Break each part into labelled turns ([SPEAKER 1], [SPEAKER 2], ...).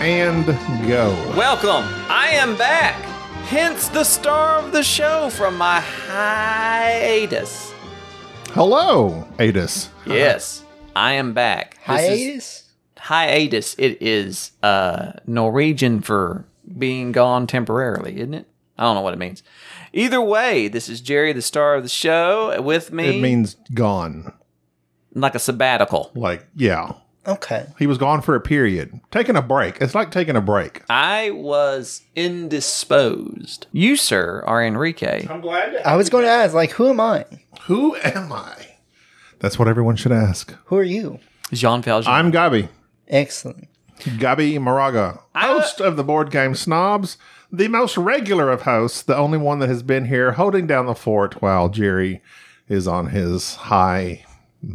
[SPEAKER 1] and go.
[SPEAKER 2] Welcome. I am back. Hence the star of the show from my hiatus.
[SPEAKER 1] Hello, Adis.
[SPEAKER 2] Uh-huh. Yes, I am back. This is- hiatus. It is uh, Norwegian for being gone temporarily, isn't it? I don't know what it means. Either way, this is Jerry, the star of the show, with me.
[SPEAKER 1] It means gone.
[SPEAKER 2] like a sabbatical.
[SPEAKER 1] Like, yeah.
[SPEAKER 3] Okay.
[SPEAKER 1] He was gone for a period. Taking a break. It's like taking a break.
[SPEAKER 2] I was indisposed. You, sir, are Enrique.
[SPEAKER 1] I'm glad.
[SPEAKER 3] I was going to ask, like, who am I?
[SPEAKER 1] Who am I? That's what everyone should ask.
[SPEAKER 3] Who are you?
[SPEAKER 2] Jean Valjean.
[SPEAKER 1] I'm Gabi.
[SPEAKER 3] Excellent.
[SPEAKER 1] Gabi Moraga, host of the Board Game Snobs, the most regular of hosts, the only one that has been here holding down the fort while Jerry is on his high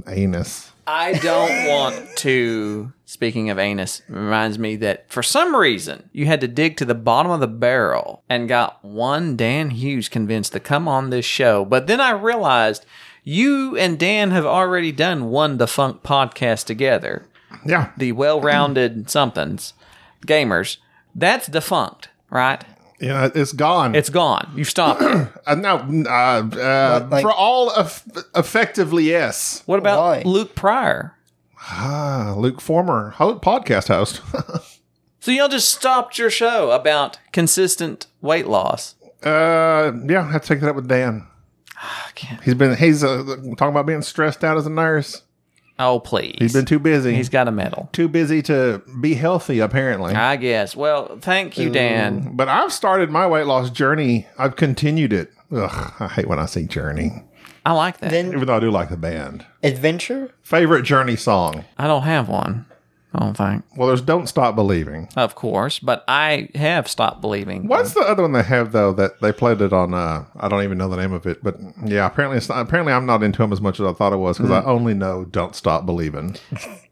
[SPEAKER 1] anus.
[SPEAKER 2] I don't want to. Speaking of anus, reminds me that for some reason you had to dig to the bottom of the barrel and got one Dan Hughes convinced to come on this show. But then I realized you and Dan have already done one defunct podcast together,
[SPEAKER 1] Yeah.
[SPEAKER 2] the well rounded somethings, gamers. That's defunct, right?
[SPEAKER 1] Yeah, it's gone.
[SPEAKER 2] It's gone. You've stopped. it.
[SPEAKER 1] Uh, no, uh, uh,
[SPEAKER 3] like-
[SPEAKER 1] for all eff- effectively, yes.
[SPEAKER 2] What about
[SPEAKER 3] Why?
[SPEAKER 2] Luke Pryor?
[SPEAKER 1] Ah, Luke Former, ho- podcast host.
[SPEAKER 2] So y'all just stopped your show about consistent weight loss.
[SPEAKER 1] uh, yeah, I have to take that up with Dan.
[SPEAKER 2] Ah, I can't.
[SPEAKER 1] He's been he's uh, talking about being stressed out as a nurse.
[SPEAKER 2] Oh please.
[SPEAKER 1] He's been too busy.
[SPEAKER 2] He's
[SPEAKER 1] He's
[SPEAKER 2] got Ah. a medal.
[SPEAKER 1] too busy to be healthy, apparently.
[SPEAKER 2] I guess. Well, thank you, Dan.
[SPEAKER 1] but I've started my weight loss journey. I've continued it. Ugh, I hate when I say journey,
[SPEAKER 2] I like that.
[SPEAKER 3] Then
[SPEAKER 1] even though I do like the band.
[SPEAKER 3] adventure?
[SPEAKER 1] Favorite journey song?
[SPEAKER 2] I don't have one. I don't think.
[SPEAKER 1] Well, there's "Don't Stop Believing."
[SPEAKER 2] Of course, but I have stopped believing.
[SPEAKER 1] What's the other one they have though that they played it on? Uh, I don't even know the name of it, but yeah, apparently it's not, apparently I'm not into them as much as I thought I was because
[SPEAKER 2] Mm.
[SPEAKER 1] I only know "Don't Stop Believing."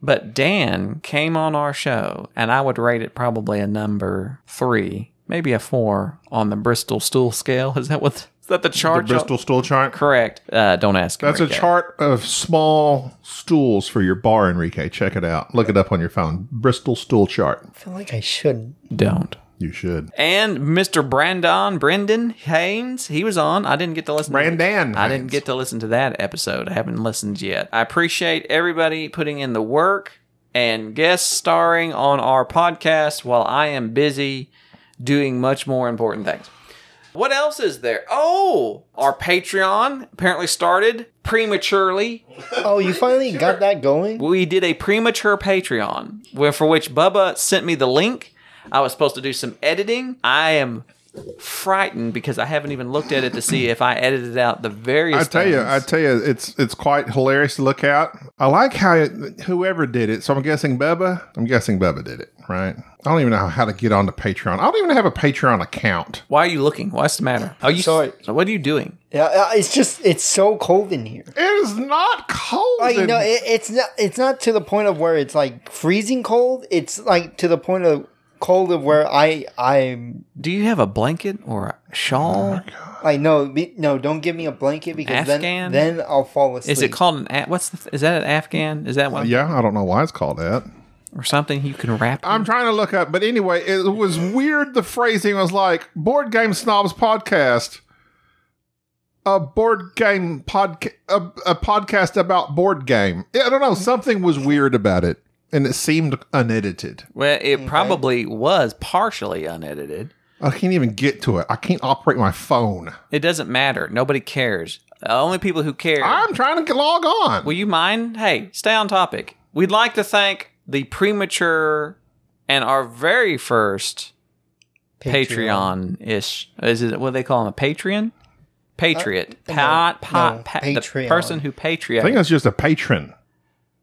[SPEAKER 2] But Dan came on our show, and I would rate it probably a number three, maybe a four on the Bristol stool scale. Is that what? Is that the chart? y'all-
[SPEAKER 1] Bristol stool chart.
[SPEAKER 2] Correct. Uh, don't ask.
[SPEAKER 1] That's a
[SPEAKER 2] Enrique.
[SPEAKER 1] chart of small stools for your bar, Enrique. Check it out. Look it up on your phone. Bristol stool chart.
[SPEAKER 3] I feel like I should.
[SPEAKER 2] Don't.
[SPEAKER 1] You should.
[SPEAKER 2] And Mr. Brandon, Brendan Haynes, he was on. I didn't get to listen.
[SPEAKER 1] Brandon
[SPEAKER 2] to I didn't
[SPEAKER 1] Haynes.
[SPEAKER 2] get to listen to that episode. I haven't listened yet. I appreciate everybody putting in the work and guest starring on our podcast while I am busy doing much more important things. What else is there? Oh, our Patreon apparently started prematurely.
[SPEAKER 3] Oh, you finally got that going?
[SPEAKER 2] We did a premature Patreon where for which Bubba sent me the link. I was supposed to do some editing. I am frightened because I haven't even looked at it to see if I edited out the various.
[SPEAKER 1] I tell you, I
[SPEAKER 2] things.
[SPEAKER 1] tell you, it's it's quite hilarious to look at. I like how it, whoever did it. So I'm guessing Bubba. I'm guessing Bubba did it, right? I don't even know how to get onto Patreon. I don't even have a Patreon account.
[SPEAKER 2] Why are you looking? What's the matter? Are you
[SPEAKER 3] Sorry.
[SPEAKER 2] So what are you doing?
[SPEAKER 3] Yeah, uh, it's just it's so cold in here.
[SPEAKER 1] It is not cold.
[SPEAKER 3] Like
[SPEAKER 1] in-
[SPEAKER 3] no, it, it's not it's not to the point of where it's like freezing cold. It's like to the point of cold of where I I'm
[SPEAKER 2] Do you have a blanket or a
[SPEAKER 1] Oh
[SPEAKER 2] shawl?
[SPEAKER 3] like no be- no don't give me a blanket because
[SPEAKER 2] Afghan?
[SPEAKER 3] then then I'll fall asleep.
[SPEAKER 2] is it called an? A- what's the th- is that an Afghan? Is that one
[SPEAKER 1] yeah, I don't know why it's called that.
[SPEAKER 2] or something you can wrap?
[SPEAKER 1] I'm trying to look up, but anyway, it was weird. The phrasing was like board game snobs podcast. a board game podcast, a, a podcast about board game. Yeah, I don't know. Something was weird about it, and it seemed unedited.
[SPEAKER 2] Well, it probably was partially unedited.
[SPEAKER 1] I can't even get to it. I can't operate my phone.
[SPEAKER 2] It doesn't matter. Nobody cares. The only people who care.
[SPEAKER 1] I'm trying to log on.
[SPEAKER 2] Will you mind? Hey, stay on topic. We'd like to thank the premature and our very first Patreon ish. Is it what they call them? A Patreon? Patriot. Pat,
[SPEAKER 3] Uh, no,
[SPEAKER 2] pat, pat, the
[SPEAKER 3] Patreon.
[SPEAKER 2] person who
[SPEAKER 1] I think
[SPEAKER 2] patriot.
[SPEAKER 1] that's just a patron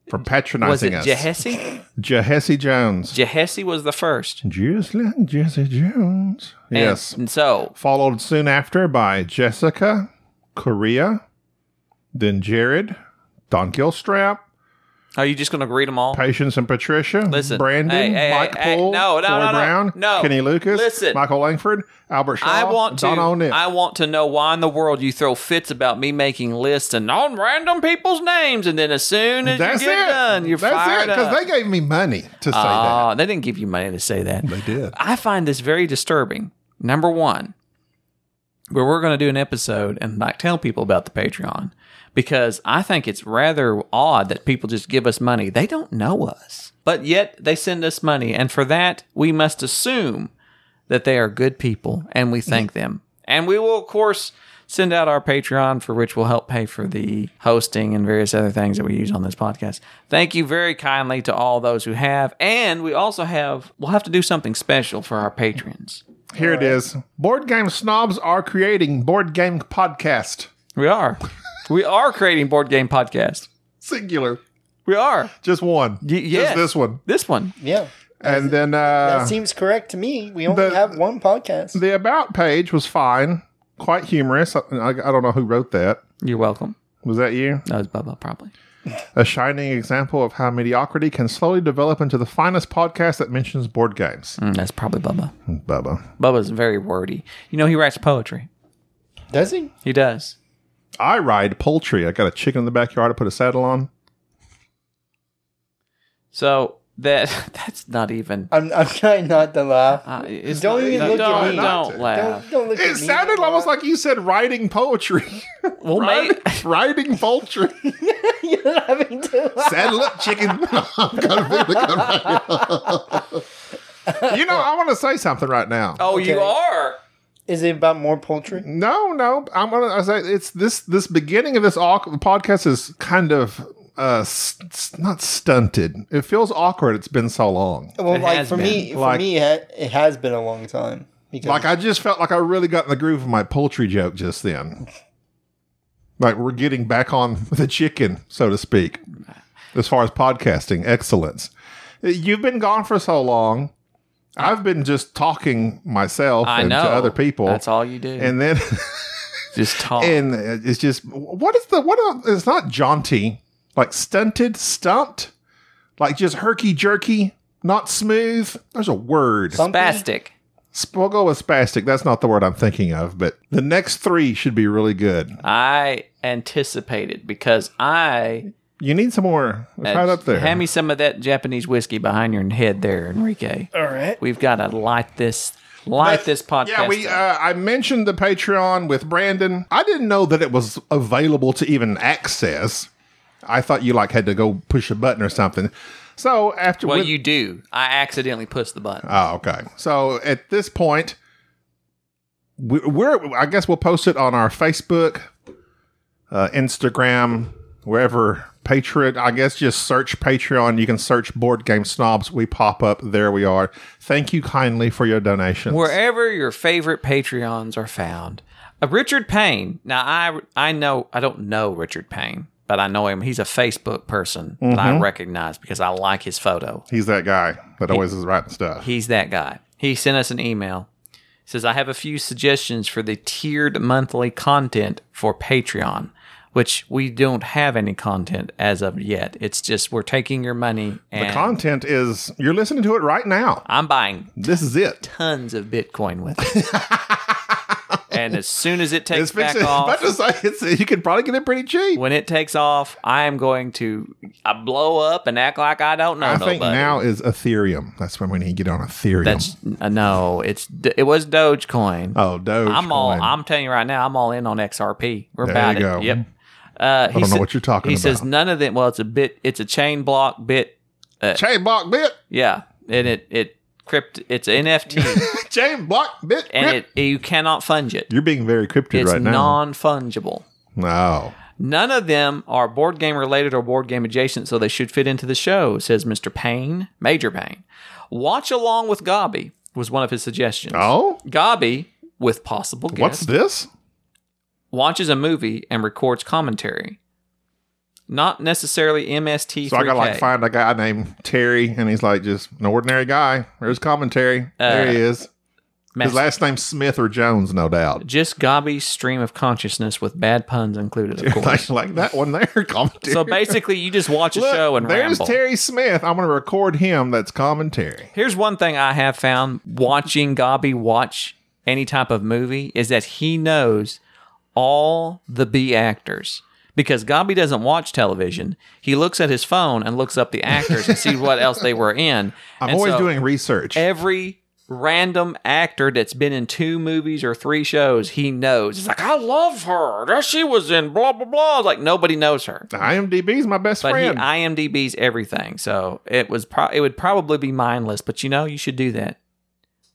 [SPEAKER 1] for
[SPEAKER 2] Was it
[SPEAKER 1] patronizing us.
[SPEAKER 2] Jehesi?
[SPEAKER 1] Jehesi Jones.
[SPEAKER 2] Jehesi was the first.
[SPEAKER 1] Just like Jesse Jones.
[SPEAKER 2] And-
[SPEAKER 1] yes.
[SPEAKER 2] And so
[SPEAKER 1] Followed soon after by Jessica, Korea, then Jared, Don Gilstrap,
[SPEAKER 2] Are you just going to read them all?
[SPEAKER 1] Patience and Patricia,
[SPEAKER 2] Oh. Listen,
[SPEAKER 1] Brandon,
[SPEAKER 2] hey, hey,
[SPEAKER 1] Mike
[SPEAKER 2] hey, hey,
[SPEAKER 1] Poole,
[SPEAKER 2] no, no,
[SPEAKER 1] Troy
[SPEAKER 2] no, no,
[SPEAKER 1] Brown,
[SPEAKER 2] no.
[SPEAKER 1] Kenny Lucas,
[SPEAKER 2] Listen.
[SPEAKER 1] Michael Langford, Albert Shaw,
[SPEAKER 2] I want to.
[SPEAKER 1] Don O'Neill.
[SPEAKER 2] I want to know why in the world you throw fits about me making lists and on random people's names, and then as soon as
[SPEAKER 1] That's
[SPEAKER 2] you get
[SPEAKER 1] it.
[SPEAKER 2] done, you're
[SPEAKER 1] That's
[SPEAKER 2] fired
[SPEAKER 1] it. Because
[SPEAKER 2] up.
[SPEAKER 1] they gave me money to say
[SPEAKER 2] Aw, they didn't give you money to say that.
[SPEAKER 1] that. They did.
[SPEAKER 2] I find this very disturbing. Number one, where we're going to do an episode and like tell people about the Patreon because I think it's rather odd that people just give us money. They don't know us, but yet they send us money. And for that, we must assume that they are good people and we thank them. And we will, of course, send out our Patreon for which will help pay for the hosting and various other things that we use on this podcast. Thank you very kindly to all those who have. And we also have, we'll have to do something special for our patrons.
[SPEAKER 1] Here it is. Board game snobs are creating board game podcast.
[SPEAKER 2] We are. we are creating Board Game Podcast.
[SPEAKER 1] Singular.
[SPEAKER 2] We are.
[SPEAKER 1] Just one.
[SPEAKER 2] Y- yes.
[SPEAKER 1] Just this one.
[SPEAKER 2] This one.
[SPEAKER 3] Yeah.
[SPEAKER 1] And then uh,
[SPEAKER 3] That seems correct to me. We only
[SPEAKER 1] the-
[SPEAKER 3] have one podcast.
[SPEAKER 1] the about page was fine, quite humorous. I, I, I don't know who wrote that.
[SPEAKER 2] You're welcome.
[SPEAKER 1] Was that you?
[SPEAKER 2] That was Bubba, probably.
[SPEAKER 1] A shining example of how mediocrity can slowly develop into the finest podcast that mentions board games.
[SPEAKER 2] Mm, that's probably Bubba.
[SPEAKER 1] Bubba.
[SPEAKER 2] Bubba's very wordy. You know, he writes poetry.
[SPEAKER 3] Does he?
[SPEAKER 2] He does.
[SPEAKER 1] I ride poultry. I got a chicken in the backyard. I put a saddle on.
[SPEAKER 2] So that that's not even.
[SPEAKER 3] I'm, I'm trying not to laugh.
[SPEAKER 2] Uh, it's
[SPEAKER 3] Don't
[SPEAKER 2] not-
[SPEAKER 3] even
[SPEAKER 2] no,
[SPEAKER 3] look at
[SPEAKER 2] don't-
[SPEAKER 3] me.
[SPEAKER 2] Don't laugh.
[SPEAKER 3] don't, don't look at
[SPEAKER 1] It
[SPEAKER 3] me.
[SPEAKER 1] sounded almost like you said riding poetry.
[SPEAKER 2] Well,
[SPEAKER 1] Riding,
[SPEAKER 2] mate,
[SPEAKER 1] riding poultry.
[SPEAKER 3] You're laughing too loud.
[SPEAKER 1] Saddle up, chicken. I'm gonna really go right- you know, I want to say something right now.
[SPEAKER 2] oh, you
[SPEAKER 3] Okay.
[SPEAKER 2] are.
[SPEAKER 3] Is it about more poultry?
[SPEAKER 1] No, no, I'm gonna. I say it's this. This beginning of this awk- podcast is kind of uh st- st- not stunted. It feels awkward. It's been so long.
[SPEAKER 3] Well,
[SPEAKER 2] It
[SPEAKER 3] like
[SPEAKER 2] has
[SPEAKER 3] for me,
[SPEAKER 2] been.
[SPEAKER 3] for
[SPEAKER 1] Like-
[SPEAKER 3] me, it ha- it has been a long time. Because
[SPEAKER 1] Like I just felt like I really got in the groove of my poultry joke just then. Like we're getting back on the chicken, so to speak, as far as podcasting excellence. You've been gone for so long. I've been just talking myself
[SPEAKER 2] I
[SPEAKER 1] and
[SPEAKER 2] know.
[SPEAKER 1] to other people.
[SPEAKER 2] That's all you do.
[SPEAKER 1] And then
[SPEAKER 2] Just talk.
[SPEAKER 1] and it's just what is the what are, it's not jaunty like stunted stumped like just herky jerky not smooth there's a word
[SPEAKER 3] Some-
[SPEAKER 2] Spastic.
[SPEAKER 1] Sp- we'll go with spastic that's not the word i'm thinking of but the next three should be really good
[SPEAKER 2] I anticipated because I
[SPEAKER 1] you need some more it's right up there
[SPEAKER 2] Hand me some of that Japanese whiskey behind your head, there, Enrique.
[SPEAKER 3] all right,
[SPEAKER 2] We've got to light this, light
[SPEAKER 1] That's-
[SPEAKER 2] this podcast.
[SPEAKER 1] yeah we uh,
[SPEAKER 2] up.
[SPEAKER 1] i mentioned the patreon with brandon i didn't know that it was available to even access i thought you like had to go push a button or something so after
[SPEAKER 2] well,
[SPEAKER 1] with-
[SPEAKER 2] you do. I accidentally pushed the button.
[SPEAKER 1] Oh, okay. So at this point, we- we're I guess we'll post it on our Facebook, uh, Instagram, wherever Patreon. I guess just search Patreon. You can search Board Game Snobs. We pop up. There we are. Thank you kindly for your donations.
[SPEAKER 2] Wherever your favorite Patreons are found, uh, Richard Payne. Now, I I know I don't know Richard Payne, but I know him. He's a Facebook person that I recognize because I like his photo.
[SPEAKER 1] He's that guy that always is writing stuff.
[SPEAKER 2] He's that guy. He sent us an email. Says I have a few suggestions for the tiered monthly content for Patreon, which we don't have any content as of yet. It's just we're taking your money and
[SPEAKER 1] the content is you're listening to it right now.
[SPEAKER 2] I'm buying
[SPEAKER 1] This is it.
[SPEAKER 2] tons of Bitcoin with it. and as soon as it
[SPEAKER 1] It's
[SPEAKER 2] takes back
[SPEAKER 1] fixing-
[SPEAKER 2] off,
[SPEAKER 1] about to say, it's, you could probably get it pretty cheap.
[SPEAKER 2] when it takes off, I am going to I blow up and act like I don't know
[SPEAKER 1] I
[SPEAKER 2] nobody.
[SPEAKER 1] think now is Ethereum. That's when we need to get on Ethereum.
[SPEAKER 2] That's uh, no, it's it was Dogecoin.
[SPEAKER 1] oh, Doge.
[SPEAKER 2] I'm all. I'm telling you right now. I'm all in on XRP. We're
[SPEAKER 1] There
[SPEAKER 2] about
[SPEAKER 1] you
[SPEAKER 2] it.
[SPEAKER 1] go.
[SPEAKER 2] Yep. Uh, I
[SPEAKER 1] don't know what you're talking
[SPEAKER 2] He says
[SPEAKER 1] about.
[SPEAKER 2] none of them. Well, it's a bit. It's a chain block bit.
[SPEAKER 1] chain block bit.
[SPEAKER 2] Yeah, and it it crypt. It's an NFT,
[SPEAKER 1] Chain block bit.
[SPEAKER 2] and
[SPEAKER 1] bit.
[SPEAKER 2] it you cannot funge it.
[SPEAKER 1] You're being very cryptid
[SPEAKER 2] It's
[SPEAKER 1] right now. Oh.
[SPEAKER 2] non fungible.
[SPEAKER 1] No.
[SPEAKER 2] None of them are board game related or board game adjacent, so they should fit into the show, says Mr. Payne, Major Payne. Watch along with Gobby was one of his suggestions.
[SPEAKER 1] Oh,
[SPEAKER 2] Gobby, with possible
[SPEAKER 1] what's
[SPEAKER 2] guests,
[SPEAKER 1] this?
[SPEAKER 2] watches a movie and records commentary. Not necessarily MST.
[SPEAKER 1] So I gotta like find a guy named Terry, and he's like just an ordinary guy. There's commentary. there he
[SPEAKER 2] Uh,
[SPEAKER 1] is. His last name's Smith or Jones, no doubt.
[SPEAKER 2] just Gobby's stream of consciousness with bad puns included, of course.
[SPEAKER 1] like, like that one there. Commentary.
[SPEAKER 2] so basically, you just watch a
[SPEAKER 1] Look,
[SPEAKER 2] show and
[SPEAKER 1] there's
[SPEAKER 2] ramble.
[SPEAKER 1] Terry Smith. I'm gonna record him. That's commentary.
[SPEAKER 2] Here's one thing I have found watching Gobby watch any type of movie is that he knows all the B actors. Because Gobby doesn't watch television, he looks at his phone and looks up the actors and see what else they were in.
[SPEAKER 1] I'm
[SPEAKER 2] And
[SPEAKER 1] always
[SPEAKER 2] so
[SPEAKER 1] doing research.
[SPEAKER 2] every random actor that's been in two movies or three shows. He knows. He's like, I love her. There She was in blah blah blah. It's Like nobody knows her.
[SPEAKER 1] IMDb's my best
[SPEAKER 2] But he
[SPEAKER 1] friend.
[SPEAKER 2] IMDb's everything, so it was pro- it would probably be mindless. But you know, you should do that.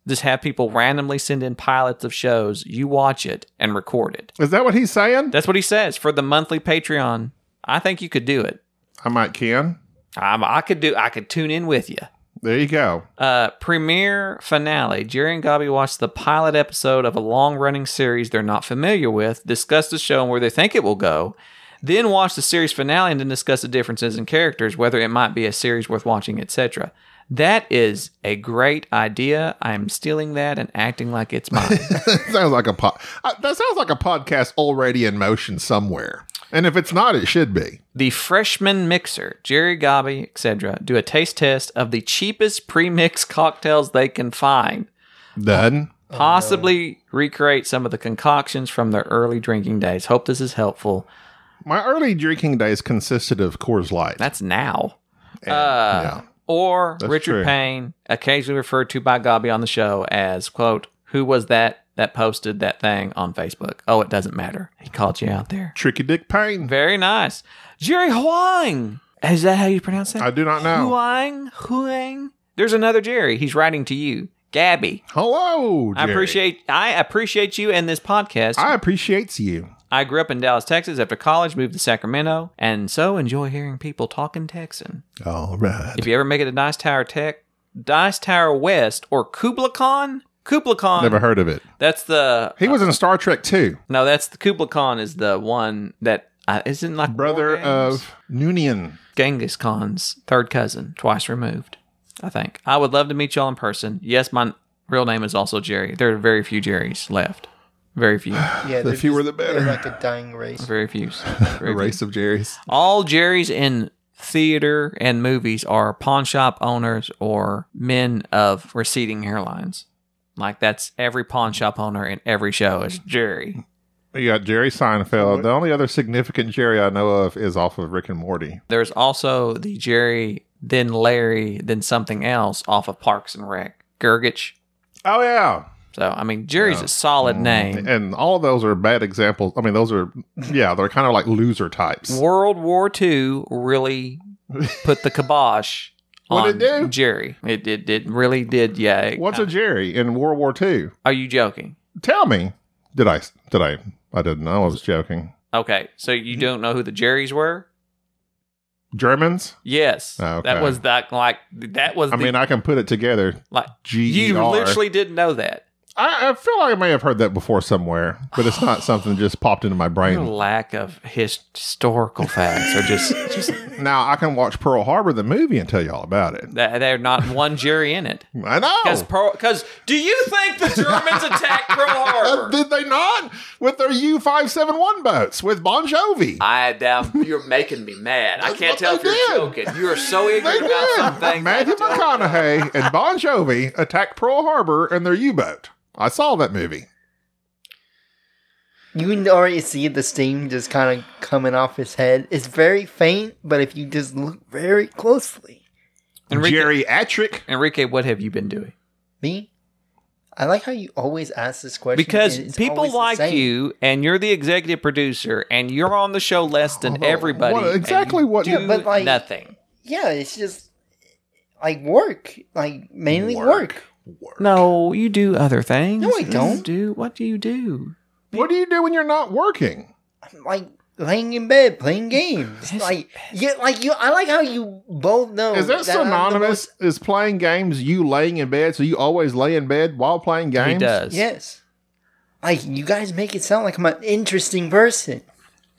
[SPEAKER 2] Just have people randomly send in pilots of shows. You watch it and record it.
[SPEAKER 1] is that what he's saying?
[SPEAKER 2] That's what he says for the monthly Patreon. I think you could do it.
[SPEAKER 1] I might can.
[SPEAKER 2] i I could do. I could tune in with you.
[SPEAKER 1] There you go.
[SPEAKER 2] Uh, premiere finale. Jerry and Gobby watch the pilot episode of a long running series they're not familiar with, discuss the show and where they think it will go, then watch the series finale and then discuss the differences in characters, whether it might be a series worth watching, etc. That is a great idea. I am stealing that and acting like it's mine.
[SPEAKER 1] sounds like a pod. Uh, that sounds like a podcast already in motion somewhere. And if it's not, it should be.
[SPEAKER 2] the freshman mixer, Jerry Gobby, etc., do a taste test of the cheapest pre-mixed cocktails they can find.
[SPEAKER 1] Done.
[SPEAKER 2] possibly recreate some of the concoctions from their early drinking days. Hope this is helpful.
[SPEAKER 1] My early drinking days consisted of Coors Light.
[SPEAKER 2] That's now.
[SPEAKER 1] And,
[SPEAKER 2] uh, Or
[SPEAKER 1] That's
[SPEAKER 2] Richard
[SPEAKER 1] true.
[SPEAKER 2] Payne, occasionally referred to by Gobby on the show as, quote, who was that that posted that thing on Facebook? Oh, it doesn't matter. He called you out there.
[SPEAKER 1] Tricky Dick Payne.
[SPEAKER 2] Very nice. Jerry Huang. Is that how you pronounce that?
[SPEAKER 1] I do not know.
[SPEAKER 2] Huang? Huang? There's another Jerry. He's writing to you. Gabby.
[SPEAKER 1] Hello,
[SPEAKER 2] I
[SPEAKER 1] Jerry.
[SPEAKER 2] appreciate I appreciate you and this podcast.
[SPEAKER 1] I appreciates you.
[SPEAKER 2] I grew up in Dallas, Texas. After college, moved to Sacramento, and so enjoy hearing people talking Texan.
[SPEAKER 1] All right.
[SPEAKER 2] If you ever make it to Dice Tower Tech, Dice Tower West, or Kubla Khan, Kubla Khan.
[SPEAKER 1] Never heard of it.
[SPEAKER 2] That's the
[SPEAKER 1] He was in Star Trek too.
[SPEAKER 2] no. That's the Kubla Khan is the one that uh, isn't like
[SPEAKER 1] Brother
[SPEAKER 2] War Games?
[SPEAKER 1] of Noonian.
[SPEAKER 2] Genghis Khan's third cousin, twice removed. I think I would love to meet y'all in person. Yes, my real name is also Jerry. There are very few Jerrys left. Very few.
[SPEAKER 3] Yeah,
[SPEAKER 1] The
[SPEAKER 3] they're
[SPEAKER 1] fewer the
[SPEAKER 3] they're
[SPEAKER 1] better.
[SPEAKER 3] Like a dying race.
[SPEAKER 2] Very few.
[SPEAKER 1] A
[SPEAKER 2] Very few.
[SPEAKER 1] race of Jerry's.
[SPEAKER 2] all Jerry's in theater and movies are pawn shop owners or men of receding hairlines. Like that's every pawn shop owner in every show is Jerry.
[SPEAKER 1] You got Jerry Seinfeld. The only other significant Jerry I know of is off of Rick and Morty.
[SPEAKER 2] There's also the Jerry, then Larry, then something else off of Parks and Rec. Gergich.
[SPEAKER 1] Oh yeah.
[SPEAKER 2] So I mean Jerry's a
[SPEAKER 1] Mm.
[SPEAKER 2] solid name.
[SPEAKER 1] And all those are bad examples. I mean, those are yeah, they're kind of like loser types.
[SPEAKER 2] World War II really put the kibosh on
[SPEAKER 1] What'd it do?
[SPEAKER 2] Jerry. It, it it really did, yeah. It
[SPEAKER 1] What's a
[SPEAKER 2] kinda-
[SPEAKER 1] Jerry in World War II?
[SPEAKER 2] Are you joking?
[SPEAKER 1] Tell me. Did I? Did I? I didn't know. I was joking.
[SPEAKER 2] Okay, so
[SPEAKER 1] Mm-hmm.
[SPEAKER 2] you don't know who the Jerrys were?
[SPEAKER 1] Germans.
[SPEAKER 2] Yes,
[SPEAKER 1] Oh, okay.
[SPEAKER 2] that was that like that was.
[SPEAKER 1] I
[SPEAKER 2] the,
[SPEAKER 1] mean, I can put it together.
[SPEAKER 2] like
[SPEAKER 1] G E
[SPEAKER 2] you
[SPEAKER 1] R.
[SPEAKER 2] literally didn't know that.
[SPEAKER 1] I, I feel like I may have heard that before somewhere, but it's not something that just popped into my
[SPEAKER 2] Your
[SPEAKER 1] brain.
[SPEAKER 2] lack of his- historical facts are just just
[SPEAKER 1] Now I can watch Pearl Harbor the movie and tell y'all about it.
[SPEAKER 2] that they're not one Jerry in it.
[SPEAKER 1] I know.
[SPEAKER 2] Because because do you think the Germans attacked Pearl
[SPEAKER 1] Uh,
[SPEAKER 2] Harbor?
[SPEAKER 1] Did they not with their U five seven one boats with Bon Jovi?
[SPEAKER 2] I damn, you're making me mad. I
[SPEAKER 1] That's
[SPEAKER 2] can't
[SPEAKER 1] what
[SPEAKER 2] tell if
[SPEAKER 1] they
[SPEAKER 2] you're
[SPEAKER 1] did.
[SPEAKER 2] joking. You are so
[SPEAKER 1] They
[SPEAKER 2] ignorant about some
[SPEAKER 1] did.
[SPEAKER 2] things.
[SPEAKER 1] Matthew McConaughey and Bon Jovi attack Pearl Harbor and their U boat. I saw that movie.
[SPEAKER 3] You can already see the steam just kind of coming off his head. It's very faint, but if you just look very closely,
[SPEAKER 2] Enrique,
[SPEAKER 1] Geriatric.
[SPEAKER 2] Enrique, what have you been doing?
[SPEAKER 3] me, I like how you always ask this question
[SPEAKER 2] Because
[SPEAKER 3] and it's
[SPEAKER 2] people
[SPEAKER 3] always the
[SPEAKER 2] like
[SPEAKER 3] same.
[SPEAKER 2] you, and you're the executive producer, and you're on the show less than
[SPEAKER 1] Well,
[SPEAKER 2] everybody.
[SPEAKER 1] what-
[SPEAKER 2] and
[SPEAKER 1] exactly
[SPEAKER 2] you
[SPEAKER 1] what-
[SPEAKER 2] do
[SPEAKER 1] Yeah,
[SPEAKER 3] but, like-
[SPEAKER 2] nothing.
[SPEAKER 3] Yeah, it's just like work, like mainly work.
[SPEAKER 1] Work.
[SPEAKER 2] No, you do other things.
[SPEAKER 3] No, I
[SPEAKER 2] You
[SPEAKER 3] don't.
[SPEAKER 2] Do what do you do?
[SPEAKER 1] What do you do when you're not working?
[SPEAKER 3] like laying in bed playing games.
[SPEAKER 2] That's-
[SPEAKER 3] like yeah, like you. I like how you both know.
[SPEAKER 1] Is that,
[SPEAKER 3] Oh, I'm the
[SPEAKER 1] synonymous?
[SPEAKER 3] most-
[SPEAKER 1] Is playing games you laying in bed? So you always lay in bed while playing games?
[SPEAKER 2] He does.
[SPEAKER 3] yes. Like you guys make it sound like I'm an interesting person.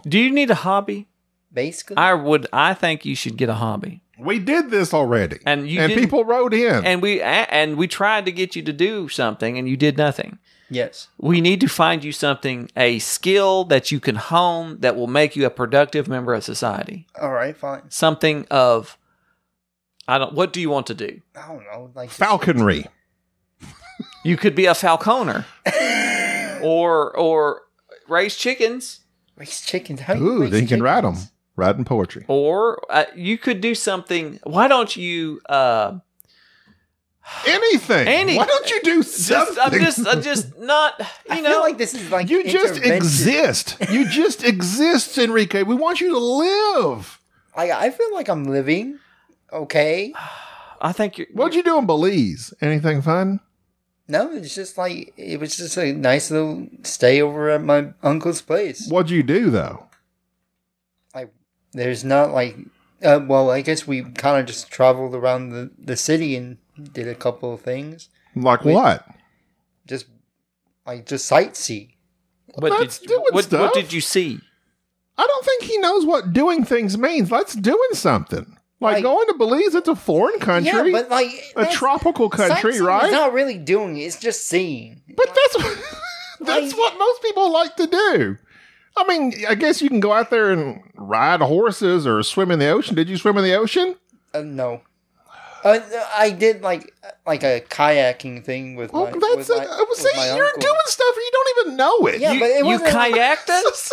[SPEAKER 2] Do you need a hobby?
[SPEAKER 3] Basically,
[SPEAKER 2] I would. I think you should get a hobby.
[SPEAKER 1] We did this already,
[SPEAKER 2] And you
[SPEAKER 1] and
[SPEAKER 2] didn't-
[SPEAKER 1] people wrote in.
[SPEAKER 2] And we a- and we tried to get you to do something, and you did nothing.
[SPEAKER 3] yes.
[SPEAKER 2] We need to find you something, a skill that you can hone that will make you a productive member of society.
[SPEAKER 3] All right, fine.
[SPEAKER 2] Something of, I don't. What do you want to do?
[SPEAKER 3] I don't know. Like just-
[SPEAKER 1] Falconry.
[SPEAKER 2] You could be a falconer, or or raise chickens,
[SPEAKER 3] raise chickens. How do you
[SPEAKER 1] Ooh,
[SPEAKER 3] raise
[SPEAKER 1] then you can ride them.
[SPEAKER 3] chickens?
[SPEAKER 1] Riding poetry.
[SPEAKER 2] or uh, you could do something. Why don't you? Uh,
[SPEAKER 1] Anything.
[SPEAKER 2] Any-
[SPEAKER 1] Why don't you do something?
[SPEAKER 2] just, I'm just, I'm just not. You
[SPEAKER 3] I
[SPEAKER 2] know,
[SPEAKER 3] feel like this is like
[SPEAKER 1] you just
[SPEAKER 3] intervention.
[SPEAKER 1] exist. You just exist, Enrique. We want you to live.
[SPEAKER 3] Like I feel like I'm living. Okay.
[SPEAKER 2] I think you're.
[SPEAKER 1] What'd you do in Belize? Anything fun?
[SPEAKER 3] No, it's just like it was just a nice little stay over at my uncle's place.
[SPEAKER 1] What'd you do though?
[SPEAKER 3] like there's not like uh, well i guess we kind of just traveled around the, the city and did a couple of things
[SPEAKER 1] Like
[SPEAKER 3] We-
[SPEAKER 1] what?
[SPEAKER 3] just like just sightsee
[SPEAKER 2] what
[SPEAKER 1] Let's
[SPEAKER 2] did,
[SPEAKER 1] do it,
[SPEAKER 2] what,
[SPEAKER 1] stuff.
[SPEAKER 2] what did you see?
[SPEAKER 1] I don't think he knows what doing things means. That's doing something. Like,
[SPEAKER 3] Like-
[SPEAKER 1] going to Belize, it's a foreign country,
[SPEAKER 3] yeah but like
[SPEAKER 1] a
[SPEAKER 3] that's-
[SPEAKER 1] tropical country,
[SPEAKER 3] sightseeing is
[SPEAKER 1] right?
[SPEAKER 3] not really doing it, it's just seeing
[SPEAKER 1] but that's that's
[SPEAKER 3] Like-
[SPEAKER 1] what most people like to do. I mean, I guess you can go out there and ride horses or swim in the ocean. Did you swim in the ocean?
[SPEAKER 3] uh, no uh, i did like like a kayaking thing with
[SPEAKER 1] Well,
[SPEAKER 3] my
[SPEAKER 1] Oh, that's
[SPEAKER 3] with
[SPEAKER 1] a,
[SPEAKER 3] my-
[SPEAKER 1] I was
[SPEAKER 3] with my
[SPEAKER 1] saying you're
[SPEAKER 3] uncle.
[SPEAKER 1] doing stuff and you don't even know it.
[SPEAKER 3] Yeah,
[SPEAKER 2] you
[SPEAKER 3] but it
[SPEAKER 2] you
[SPEAKER 3] wasn't like-
[SPEAKER 2] kayaked us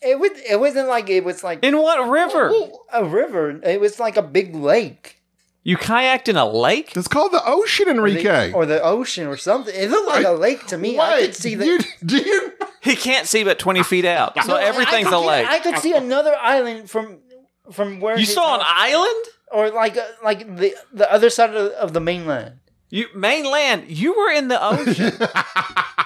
[SPEAKER 3] it was it wasn't like it was like
[SPEAKER 2] in what river?
[SPEAKER 3] a river it was like a big lake
[SPEAKER 2] You kayaked in a lake.
[SPEAKER 1] It's called the ocean,
[SPEAKER 3] or the-
[SPEAKER 1] Enrique.
[SPEAKER 3] or the ocean or something. It looked like a lake to me. I could see the.
[SPEAKER 1] you, do you?
[SPEAKER 2] He can't see but twenty feet out, so
[SPEAKER 3] No, I- I
[SPEAKER 2] everything's
[SPEAKER 3] could
[SPEAKER 2] a
[SPEAKER 3] see-
[SPEAKER 2] lake.
[SPEAKER 3] I could see another island from from where
[SPEAKER 2] you
[SPEAKER 3] his
[SPEAKER 2] saw an
[SPEAKER 3] house-
[SPEAKER 2] island.
[SPEAKER 3] or like uh, like the the other side of, of the mainland.
[SPEAKER 2] You mainland. You were in the ocean.